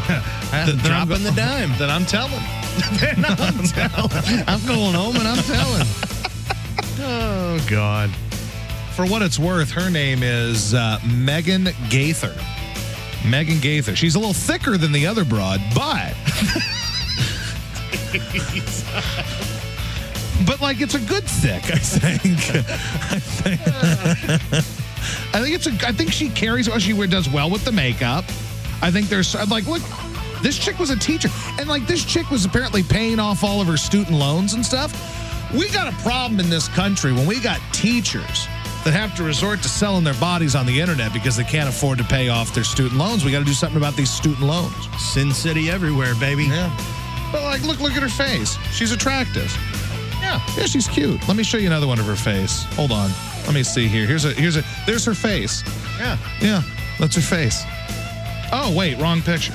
C: I'm
A: Then I'm
C: dropping
A: go-
C: the dime.
A: Then I'm telling.
C: Then I'm telling. I'm going home and I'm telling. Oh God.
A: For what it's worth, her name is uh, Megan Gaither. Megan Gaither. She's a little thicker than the other broad, but. but like it's a good thick, I think. I think. I think it's a. I think she carries well. She does well with the makeup. I think there's. I'm like, look, this chick was a teacher, and like this chick was apparently paying off all of her student loans and stuff. We got a problem in this country when we got teachers that have to resort to selling their bodies on the internet because they can't afford to pay off their student loans. We got to do something about these student loans.
C: Sin City everywhere, baby.
A: Yeah. But like, look, look at her face. She's attractive. Yeah, yeah, she's cute. Let me show you another one of her face. Hold on. Let me see here. Here's a here's a there's her face.
C: Yeah.
A: Yeah, that's her face. Oh wait, wrong picture.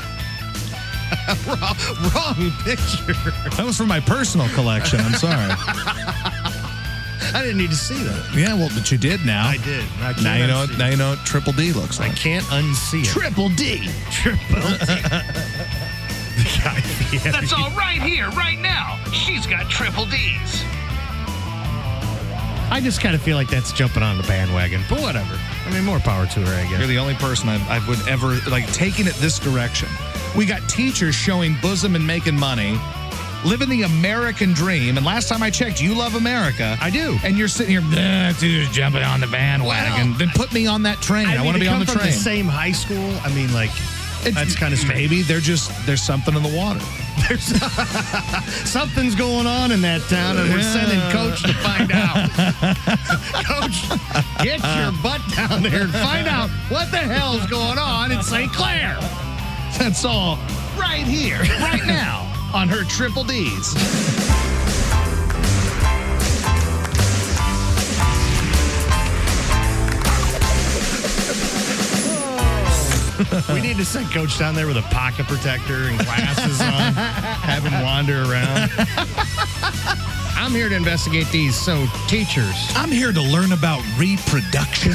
C: Wrong picture.
A: That was from my personal collection. I'm sorry.
C: I didn't need to see that.
A: yeah, well, but you did now.
C: I did. I can't
A: Now you know.
C: unsee
A: What,
C: it.
A: now you know what Triple D looks
C: I
A: like.
C: can't unsee it.
A: Triple D.
C: Triple D. The guy.
H: That's all right here, right now. She's got triple D's.
C: I just kind of feel like that's jumping on the bandwagon, but whatever. I mean, more power to her, I guess.
A: You're the only person I, I would ever like taking it this direction. We got teachers showing bosom and making money, living the American dream. And last time I checked, you love America.
C: I do.
A: And you're sitting here, "Nah, dude, jumping on the bandwagon. then put me on that train. I,
C: mean,
A: want to be on
C: come
A: the
C: from
A: train.
C: the same high school. I mean, like
A: It's-
C: that's kind of strange.
A: maybe they're just there's something in the water.
C: Something's going on in that town, and we're sending Coach to find out. Coach, get your butt down there and find out what the hell's going on in St. Clair.
A: That's all right here, right now on her triple D's.
C: We need to send Coach down there with a pocket protector and glasses on, have him wander around. I'm here to investigate these. So, teachers,
A: I'm here to learn about reproduction.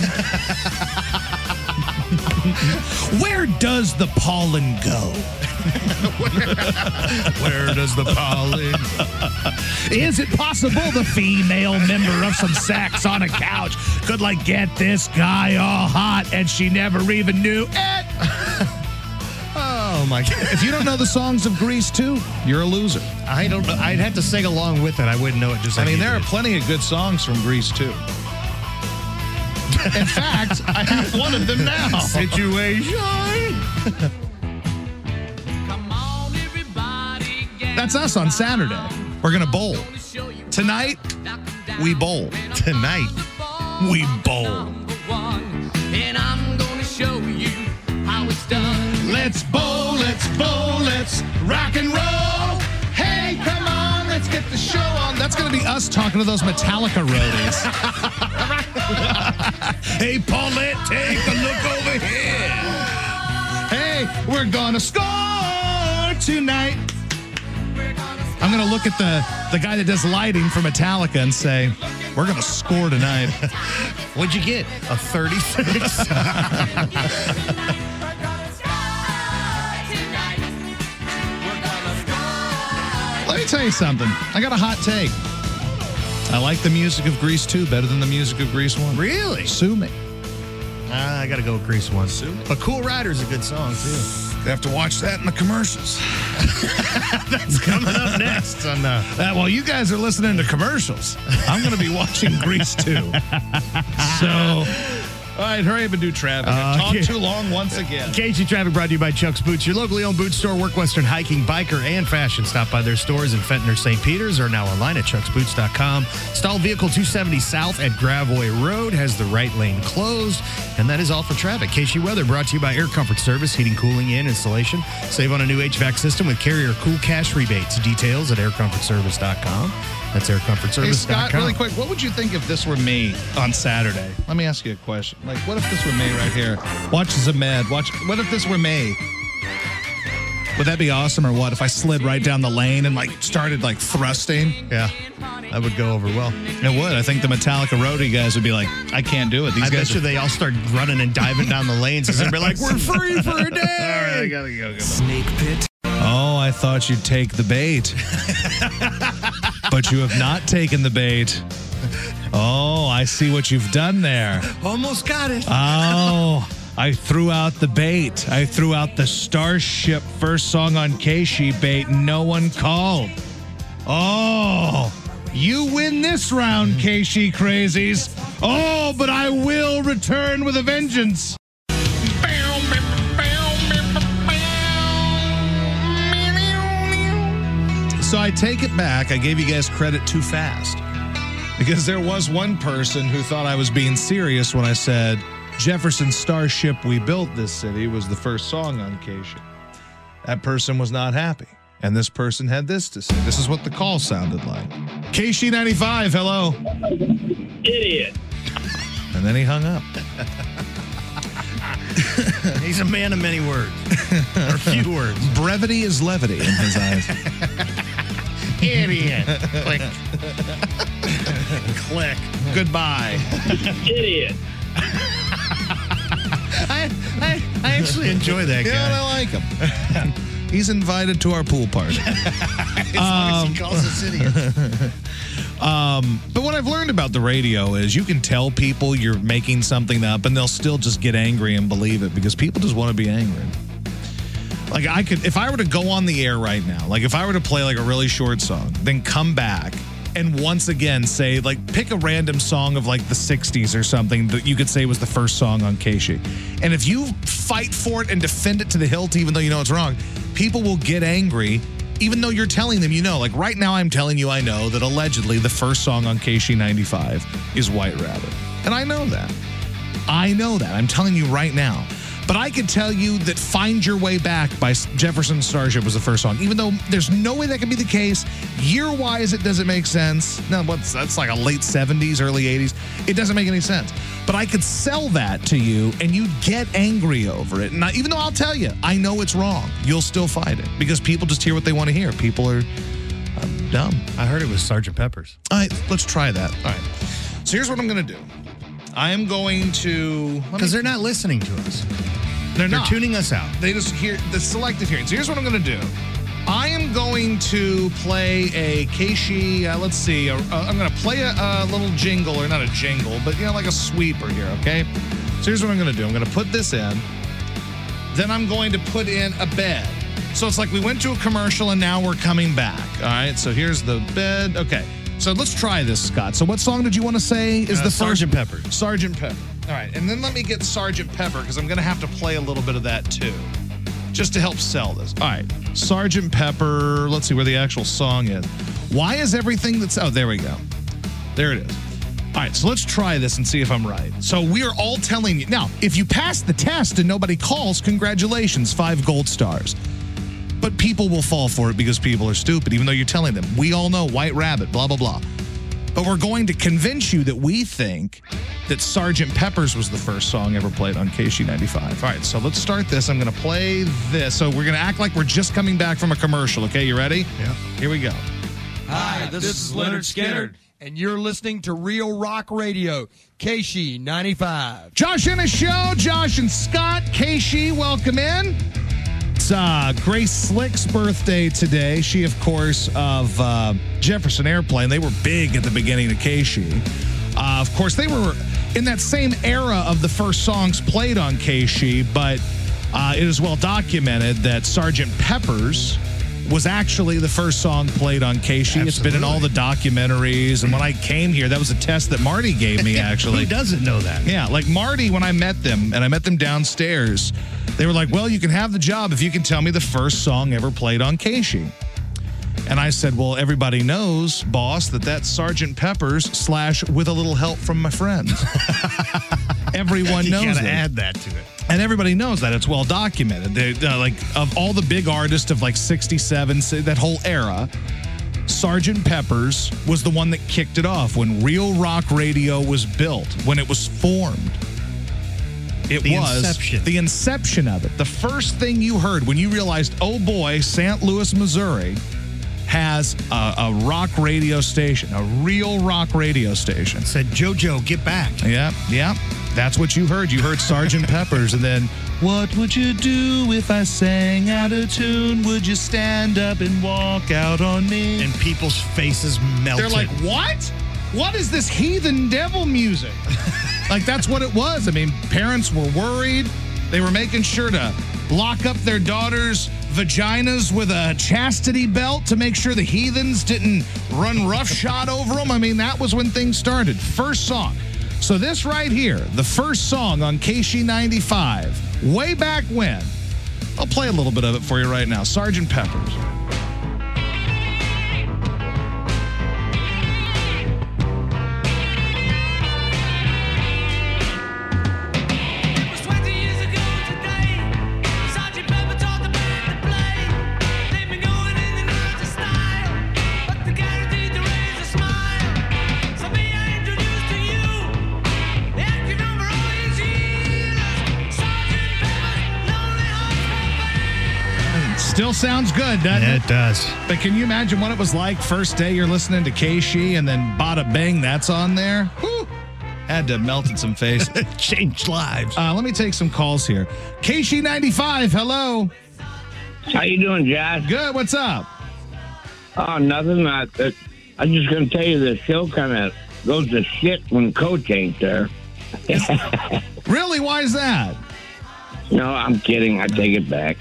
A: Where does the pollen go?
C: where does the pollen?
A: Is it possible the female member of some sex on a couch could like get this guy all hot and she never even knew it?
C: Oh my god.
A: If you don't know the songs of Grease too, you're a loser.
C: I don't know. I'd have to sing along with it. I wouldn't know it just
A: I
C: like
A: mean,
C: you
A: there are
C: did.
A: plenty of good songs from Grease too. In fact, I have one of them now.
C: situation.
A: That's us on Saturday. We're gonna bowl tonight. We bowl.
C: Tonight.
A: We bowl. Let's bowl, let's bowl, let's rock and roll. Hey, come on, let's get the show on. That's going to be us talking to those Metallica roadies. hey, Paulette, take a look over here. Hey, we're going to score tonight. I'm gonna look at the the guy that does lighting for Metallica and say, "We're gonna score tonight."
B: What'd you get? A 36.
A: Let me tell you something. I got a hot take. I like the music of Grease 2 better than the music of Grease 1.
B: really?
A: Sue me.
C: Ah,
B: I gotta go with Grease one. But Cool Rider's a good song too.
A: You have to watch that in the commercials.
B: Coming up next on uh,
A: Uh, while you guys are listening to commercials, I'm going to be watching Grease 2. So, all right, hurry up and do traffic. I've
B: Uh,
A: talked
B: yeah.
A: too long once again.
B: KG Traffic brought to you by Chuck's Boots, your locally owned boot store, work Western hiking, biker, and fashion. Stop by their stores in Fenton or St. Peter's or now online at chucksboots.com. Stall vehicle 270 South at Gravoy Road has the right lane closed. And that is all for traffic. KG Weather brought to you by Air Comfort Service, heating, cooling, and installation. Save on a new HVAC system with carrier cool cash rebates. Details at aircomfortservice.com. That's aircomfortservice.com.
A: Hey, Scott, really quick, what would you think if this were me on Saturday? Let me ask you a question. Like, what if this were me right here? Watch Zamed. Watch. What if this were me? Would that be awesome or what? If I slid right down the lane and like started like thrusting?
B: Yeah, that would go over well.
A: It would. I think the Metallica roadie guys would be like, I can't do it. These
B: I
A: guys
B: bet you
A: are
B: they all start running and diving down the lanes because they're like, we're free for a day.
A: I gotta go. Snake pit. Oh, I thought you'd take the bait. but you have not taken the bait. Oh, I see what you've done there.
B: Almost got it.
A: Oh, I threw out the bait. I threw out the Starship first song on Keishi bait. and No one called. Oh, you win this round, Keishi crazies. Oh, but I will return with a vengeance. So I take it back. I gave you guys credit too fast because there was one person who thought I was being serious when I said Jefferson Starship We Built This City was the first song on Cation. That person was not happy. And this person had this to say. This is what the call sounded like. KC95, hello.
E: Idiot.
A: And then he hung up.
B: He's a man of many words or few words.
A: Brevity is levity in his eyes.
B: Idiot. Click. Click. Goodbye.
E: Idiot.
B: I, I, I actually enjoy that guy.
A: yeah, and I like him. He's invited to our pool party.
B: he calls us idiots.
A: Um, But what I've learned about the radio is you can tell people you're making something up and they'll still just get angry and believe it because people just want to be angry. Like I could if I were to go on the air right now, like if I were to play like a really short song, then come back and once again say like pick a random song of like the 60s or something that you could say was the first song on Keishi. And if you fight for it and defend it to the hilt even though you know it's wrong, people will get angry even though you're telling them you know. Like right now I'm telling you I know that allegedly the first song on Keishi 95 is White Rabbit. And I know that. I know that. I'm telling you right now. But I could tell you that Find Your Way Back by Jefferson Starship was the first song, even though there's no way that could be the case. Year wise, it doesn't make sense. No, what's that's like a late 70s, early 80s. It doesn't make any sense. But I could sell that to you and you'd get angry over it. And I, even though I'll tell you, I know it's wrong, you'll still fight it because people just hear what they want to hear. People are um, dumb.
B: I heard it was Sergeant Pepper's.
A: All right, let's try that. All right. So here's what I'm going to do I am going to. let me-
B: Because they're not listening to us.
A: they're
B: They're
A: not.
B: tuning us out.
A: They just hear the selective hearing. So here's what I'm going to do. I am going to play a Keishi. Uh, let's see. i a, I'm going to play a, a little jingle, or not a jingle, but you know, like a sweeper here. Okay. So here's what I'm going to do. I'm going to put this in. Then I'm going to put in a bed. So it's like we went to a commercial and now we're coming back. All right. So here's the bed. Okay. So let's try this, Scott. So what song did you want to say is the
B: Uh,
A: first?
B: Sergeant Pepper.
A: Sergeant Pepper. All right, and then let me get Sergeant Pepper because I'm going to have to play a little bit of that too, just to help sell this. All right, Sergeant Pepper. Let's see where the actual song is. Why is everything that's oh there we go, there it is. All right, so let's try this and see if I'm right. So we are all telling you now. If you pass the test and nobody calls, congratulations, five gold stars. But people will fall for it because people are stupid, even though you're telling them. We all know White Rabbit, blah blah blah but we're going to convince you that we think that Sergeant Pepper's was the first song ever played on KC95. All right, so let's start this. I'm going to play this. So we're going to act like we're just coming back from a commercial. Okay, you ready?
B: Yeah.
A: Here we go.
I: Hi, this, is Leonard Skinner, and you're listening to Real Rock Radio, KC 95.
A: Josh in a show. Josh and Scott Casey, welcome in. It's uh, Grace Slick's birthday today. She, of course, of uh, Jefferson Airplane. They were big at the beginning of Casey. Uh, of course, they were in that same era of the first songs played on Casey, but uh, it is well documented that Sergeant Pepper's was actually the first song played on Casey. It's been in all the documentaries. And when I came here, that was a test that Marty gave me, actually.
B: Who doesn't know that?
A: Yeah, like Marty, when I met them and I met them downstairs, they were like, Well, you can have the job if you can tell me the first song ever played on Casey. And I said, Well, everybody knows, boss, that that's Sergeant Pepper's slash with a little help from my friends. Everyone
B: You
A: knows
B: gotta
A: that.
B: add that to it.
A: And everybody knows that it's well documented. They, uh, like of all the big artists of like '67, si- that whole era, Sergeant Pepper's was the one that kicked it off when real rock radio was built, when it was formed. It
B: The
A: was
B: inception.
A: the inception of it. The first thing you heard when you realized, oh boy, St. Louis, Missouri has a, a rock radio station, a real rock radio station.
B: Said JoJo, get back.
A: Yeah, yeah. That's what you heard. You heard Sergeant Pepper's, and then what would you do if I sang out of tune? Would you stand up and walk out on me?
B: And people's faces melted.
A: they're like, what? What is this heathen devil music? like that's what it was. I mean, parents were worried. They were making sure to lock up their daughters' vaginas with a chastity belt to make sure the heathens didn't run roughshod over them. I mean, that was when things started. First song. So this right here, the first song on KC 95, way back when. I'll play a little bit of it for you right now. Sergeant Pepper's. Still sounds good, doesn't
B: Yeah,
A: it?
B: it does.
A: But can you imagine what it was like first day you're listening to Keishi and then bada bang, that's on there? Whew. Had to have melted some faces.
B: Changed lives.
A: Uh, let me take some calls here. Keishi95, hello.
D: How you doing, Josh?
A: Good, what's up?
D: Oh, nothing. I, I- I'm just going to tell you the show kind of goes to shit when Coach ain't there.
A: Really, why is that?
D: No, I'm kidding. I take it back.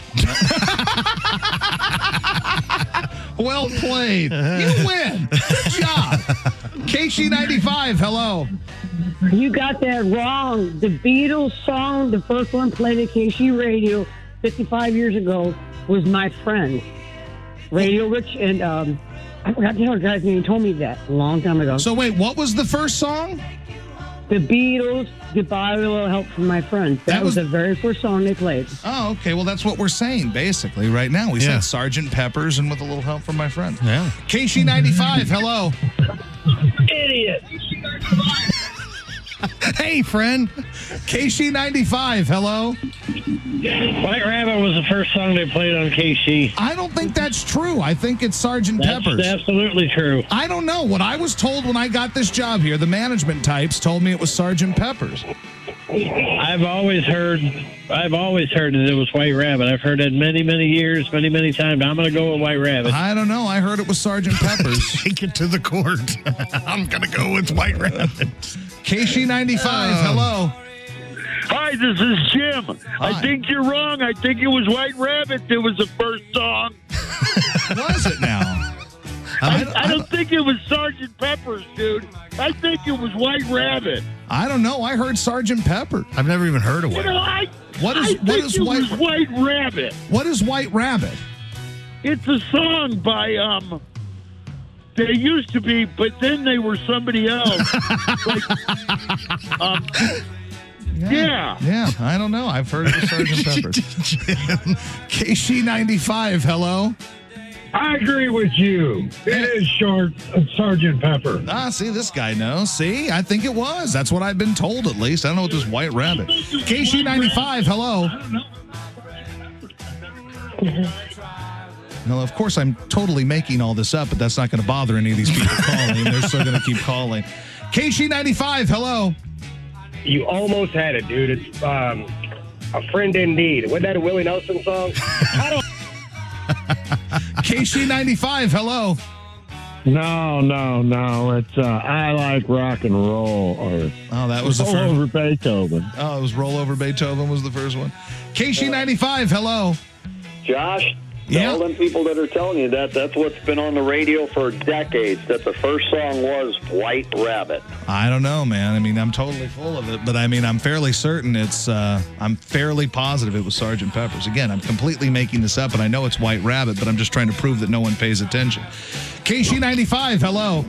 A: Well played. You win. Good job. Keishi95, hello.
J: You got that wrong. The Beatles song, the first one played at KC Radio 55 years ago, was My Friend. Radio Rich and um, I forgot the other guy's name. He told me that a long time ago.
A: So, wait, what was the first song?
J: the Beatles, Goodbye with a Little Help from My Friend. That,
A: That was-
J: was, the very first song they played.
A: Oh, okay. Well, that's what we're saying basically right now. We
B: Yeah.
A: said Sergeant Peppers and with a little help from my friend.
B: Yeah.
A: Keishi95, hello.
E: Idiot.
B: Hey, friend.
A: Keishi95, hello.
E: White Rabbit was the first song they played on KC.
A: I don't think that's true. I think it's Sergeant
E: That's
A: Pepper's.
E: absolutely true.
A: I don't know. What I was told when I got this job here, the management types told me it was Sergeant Pepper's.
E: I've always heard, I've always heard that it was White Rabbit. I've heard that many, many years, many, many times. I'm going to go with White Rabbit.
A: I don't know. I heard it was Sergeant Pepper's.
B: Take it to the court. I'm going to go with White Rabbit.
A: KC95, hello.
H: Hi, this is Jim.
A: Hi.
H: I think you're wrong. I think it was White Rabbit that was the first song.
A: Was it now?
H: I,
A: I,
H: I don't think it was Sergeant Pepper's, dude. I think it was White Rabbit.
A: I don't know. I heard Sergeant Pepper.
B: I've never even heard of
H: You
B: White
H: know,
B: Rabbit.
H: I
A: What is-
H: I
A: what
H: think
A: is
H: it
A: White-
H: was White Rabbit.
A: What is White Rabbit?
H: It's a song by um. They used to be, but then they were somebody else. like, um, yeah.
A: Yeah, I don't know. I've heard it was Sergeant Pepper's. KC95, hello.
H: I agree with you. It is Sar- Sergeant Pepper.
A: Ah, see, this guy knows. See, I think it was. That's what I've been told, at least. I don't know what this White Rabbit. KC95, hello. Now, of course, I'm totally making all this up, but that's not going to bother any of these people calling. They're still going to keep calling. KC95, hello.
K: You almost had it, dude. It's um, a friend indeed. Wasn't that a Willie Nelson song?
A: KC95, hello.
L: No, no, no. It's uh, I like rock and roll. Or
A: oh, that was the
L: all
A: first-
L: over Beethoven.
A: Oh, it was Roll Over Beethoven was the first one. KC95, hello.
M: Josh, all them people that are telling you that, that's what's been on the radio for decades, that the first song was White Rabbit.
A: I don't know, man. I mean, I'm totally full of it, but I mean, I'm fairly certain it's, uh, I'm fairly positive it was Sergeant Pepper's. Again, I'm completely making this up, and I know it's White Rabbit, but I'm just trying to prove that no one pays attention. KC95, hello.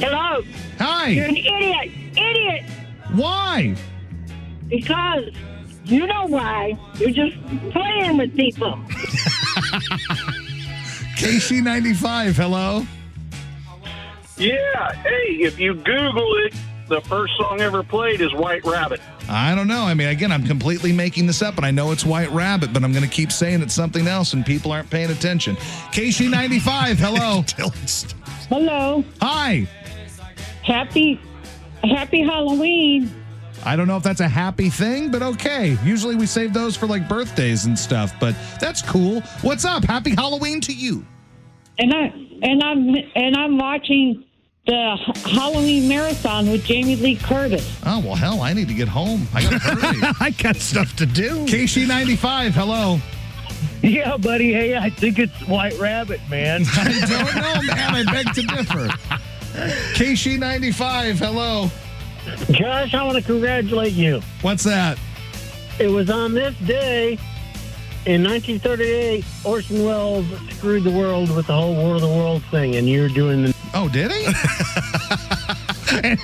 N: Hello.
A: Hi.
N: You're an idiot. Idiot.
A: Why?
N: Because you know why. You're just playing with people.
A: KC95, hello.
O: Yeah. Hey, if you Google it, the first song ever played is White Rabbit.
A: I don't know. I mean, again, I'm completely making this up, and I know it's White Rabbit, but I'm going to keep saying it's something else, and people aren't paying attention. KC95, hello.
J: Hello.
A: Hi.
J: Happy Happy Halloween.
A: I don't know if that's a happy thing, but okay. Usually we save those for like birthdays and stuff, but that's cool. What's up? Happy Halloween to you.
J: And I and I'm and I'm watching the Halloween marathon with Jamie Lee Curtis.
A: Oh well, hell, I need to get home. I got hurry. I got stuff to do. KC95, hello.
L: Yeah, buddy. Hey, I think it's White Rabbit, man.
A: I don't know, man. I beg to differ. KC95, hello.
K: Josh, I want to congratulate you.
A: What's that?
K: It was on this day in 1938, Orson Welles screwed the world with the whole War of the Worlds thing, and you're doing the.
A: Oh, did he?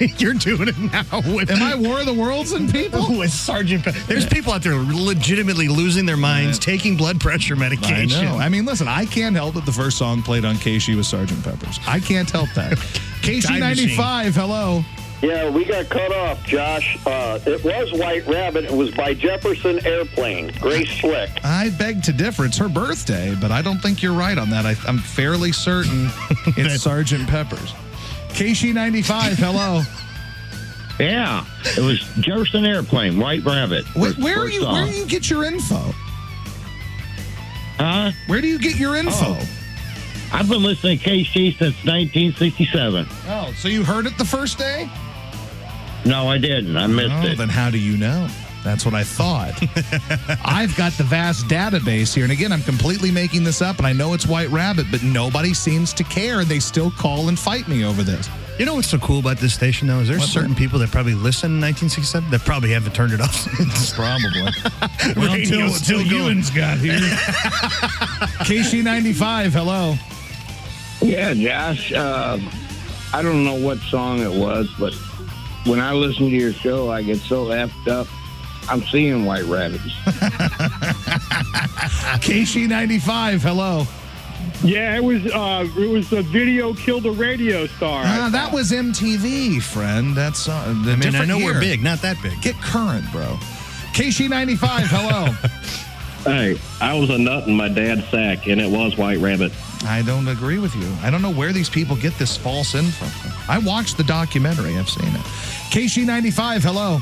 B: You're doing it now. With,
A: Am I War of the Worlds and people?
B: With Sergeant Pe- There's people out there legitimately losing their minds, taking blood pressure medication.
A: I know. I mean, listen, I can't help that the first song played on KC was Sergeant Pepper's. I can't help that. KC95, hello.
M: Yeah, Uh, we got cut off, Josh. Uh, it was White Rabbit. It was by Jefferson Airplane, Grace Slick.
A: I beg to differ. It's her birthday, but I don't think you're right on that. I, I'm fairly certain it's Sergeant Pepper's. KC95, hello.
L: Yeah, it was Jefferson Airplane, White Rabbit.
A: Where,
L: First-
A: where are
L: first
A: you?
L: song.
A: Where do you get your info?
L: Huh? Oh.
A: Where do you get your info?
L: I've been listening to KC since 1967.
A: Oh, so you heard it the first day?
L: No, I didn't. I missed
A: Oh,
L: it.
A: then how do you know? That's what I thought. I've got the vast database here. And again, I'm completely making this up, and I know it's White Rabbit, but nobody seems to care. They still call and fight me over this.
B: You know what's so cool about this station, though, is there's
A: What's
B: certain people that probably listen in 1967 that probably haven't turned it off since.
A: Probably.
B: Well, until- until Ewan's
A: got here. KC95, hello.
L: Yeah, Josh. Uh, I don't know what song it was, but when I listen to your show, I get so effed up. I'm seeing white rabbits.
A: KC95, hello.
P: Yeah, it was uh, it was the video killed a radio star.
A: Ah, that was MTV, friend. That's uh, I
B: mean, I know we're big,
A: not that big. Get current, bro. KC95, hello.
Q: Hey, I was a nut in my dad's sack, and it was White Rabbit.
A: I don't agree with you. I don't know where these people get this false info from. I watched the documentary. I've seen it. KC95, hello.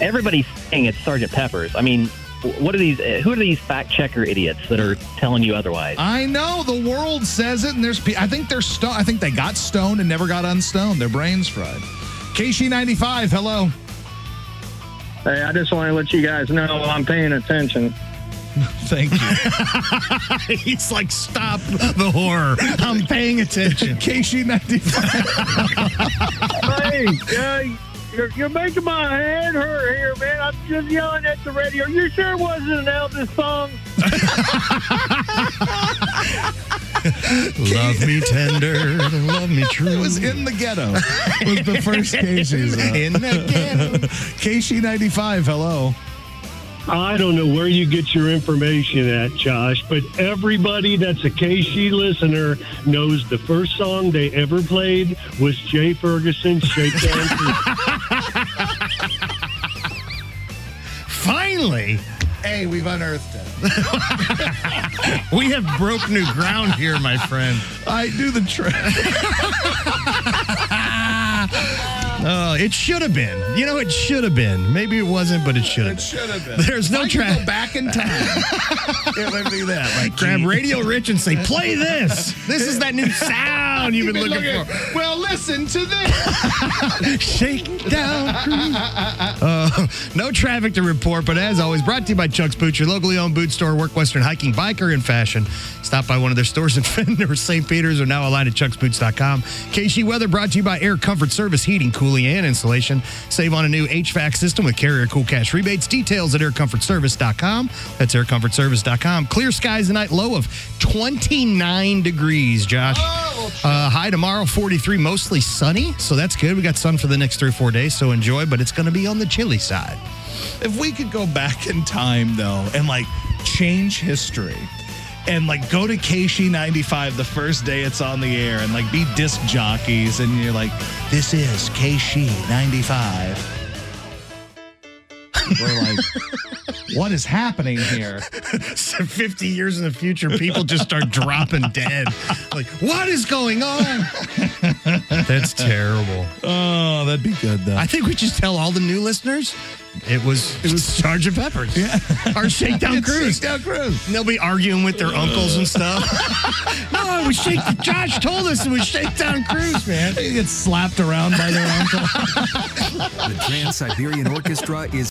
R: Everybody's saying it's Sergeant Pepper's. I mean, what are these? eh, Who are these fact checker idiots that are telling you otherwise?
A: I know the world says it, and there's. pe- I think they're stoned. I think they got stoned and never got unstoned. Their brains fried. KC95, hello.
K: Hey, I just want to let you guys know I'm paying attention.
A: Thank you.
B: He's like, stop the horror. I'm paying attention.
P: hey, uh, you're, you're making my head hurt here, man. I'm just yelling at the radio. You sure wasn't an Elvis song?
B: love me tender, love me true. It
A: was in the ghetto. Was the first uh. KC in the ghetto. KC95, hello.
S: I don't know where you get your information at, Josh, but everybody that's a KC listener knows the first song they ever played was Jay Ferguson's Shakedown. Creek.
B: Finally.
A: Hey, we've unearthed it.
B: We have broke new ground here, my friend.
A: I do the trick.
B: Oh, it should have been. You know, it should have been. Maybe it wasn't, but it should have. It
A: should have been.
B: There's
A: If I
B: no
A: could
B: track.
A: Go back in time. it would be that. Like
B: Grab
A: gee.
B: Radio Rich and say, "Play this. This is that new sound you've been looking
A: for." Well, listen to this.
B: Shake down. Uh, no traffic to report, but as always, brought to you by Chuck's Boots, your locally owned boot store, work Western hiking, biker, and fashion. Stop by one of their stores in Fenton or St. Peter's or now online at chucksboots.com. KC Weather brought to you by Air Comfort Service Heating, Cooling, and Insulation. Save on a new HVAC system with Carrier Cool Cash rebates. Details at aircomfortservice.com. That's aircomfortservice.com. Clear skies tonight, low of 29 degrees, Josh. Uh, high tomorrow, 43, mostly sunny. So that's good. We got sun for the next three or four days. So enjoy, but it's going to be on the chilly side.
A: If we could go back in time though and like change history and like go to KC95 the first day it's on the air and like be disc jockeys and you're like, this is KC95. We're like, what is happening here?
B: 50 years in the future, people just start dropping dead. Like, what is going on? That's terrible.
A: Oh, that'd be good though.
B: I think we just tell all the new listeners it was it was Sergeant Pepper's. Yeah. Our Shakedown
A: It's
B: Cruise.
A: Shakedown Cruise.
B: And they'll be arguing with their uncles and stuff. no, it was Shake Josh told us it was Shakedown Cruise, man.
A: You get slapped around by their uncle.
T: The Trans Siberian Orchestra is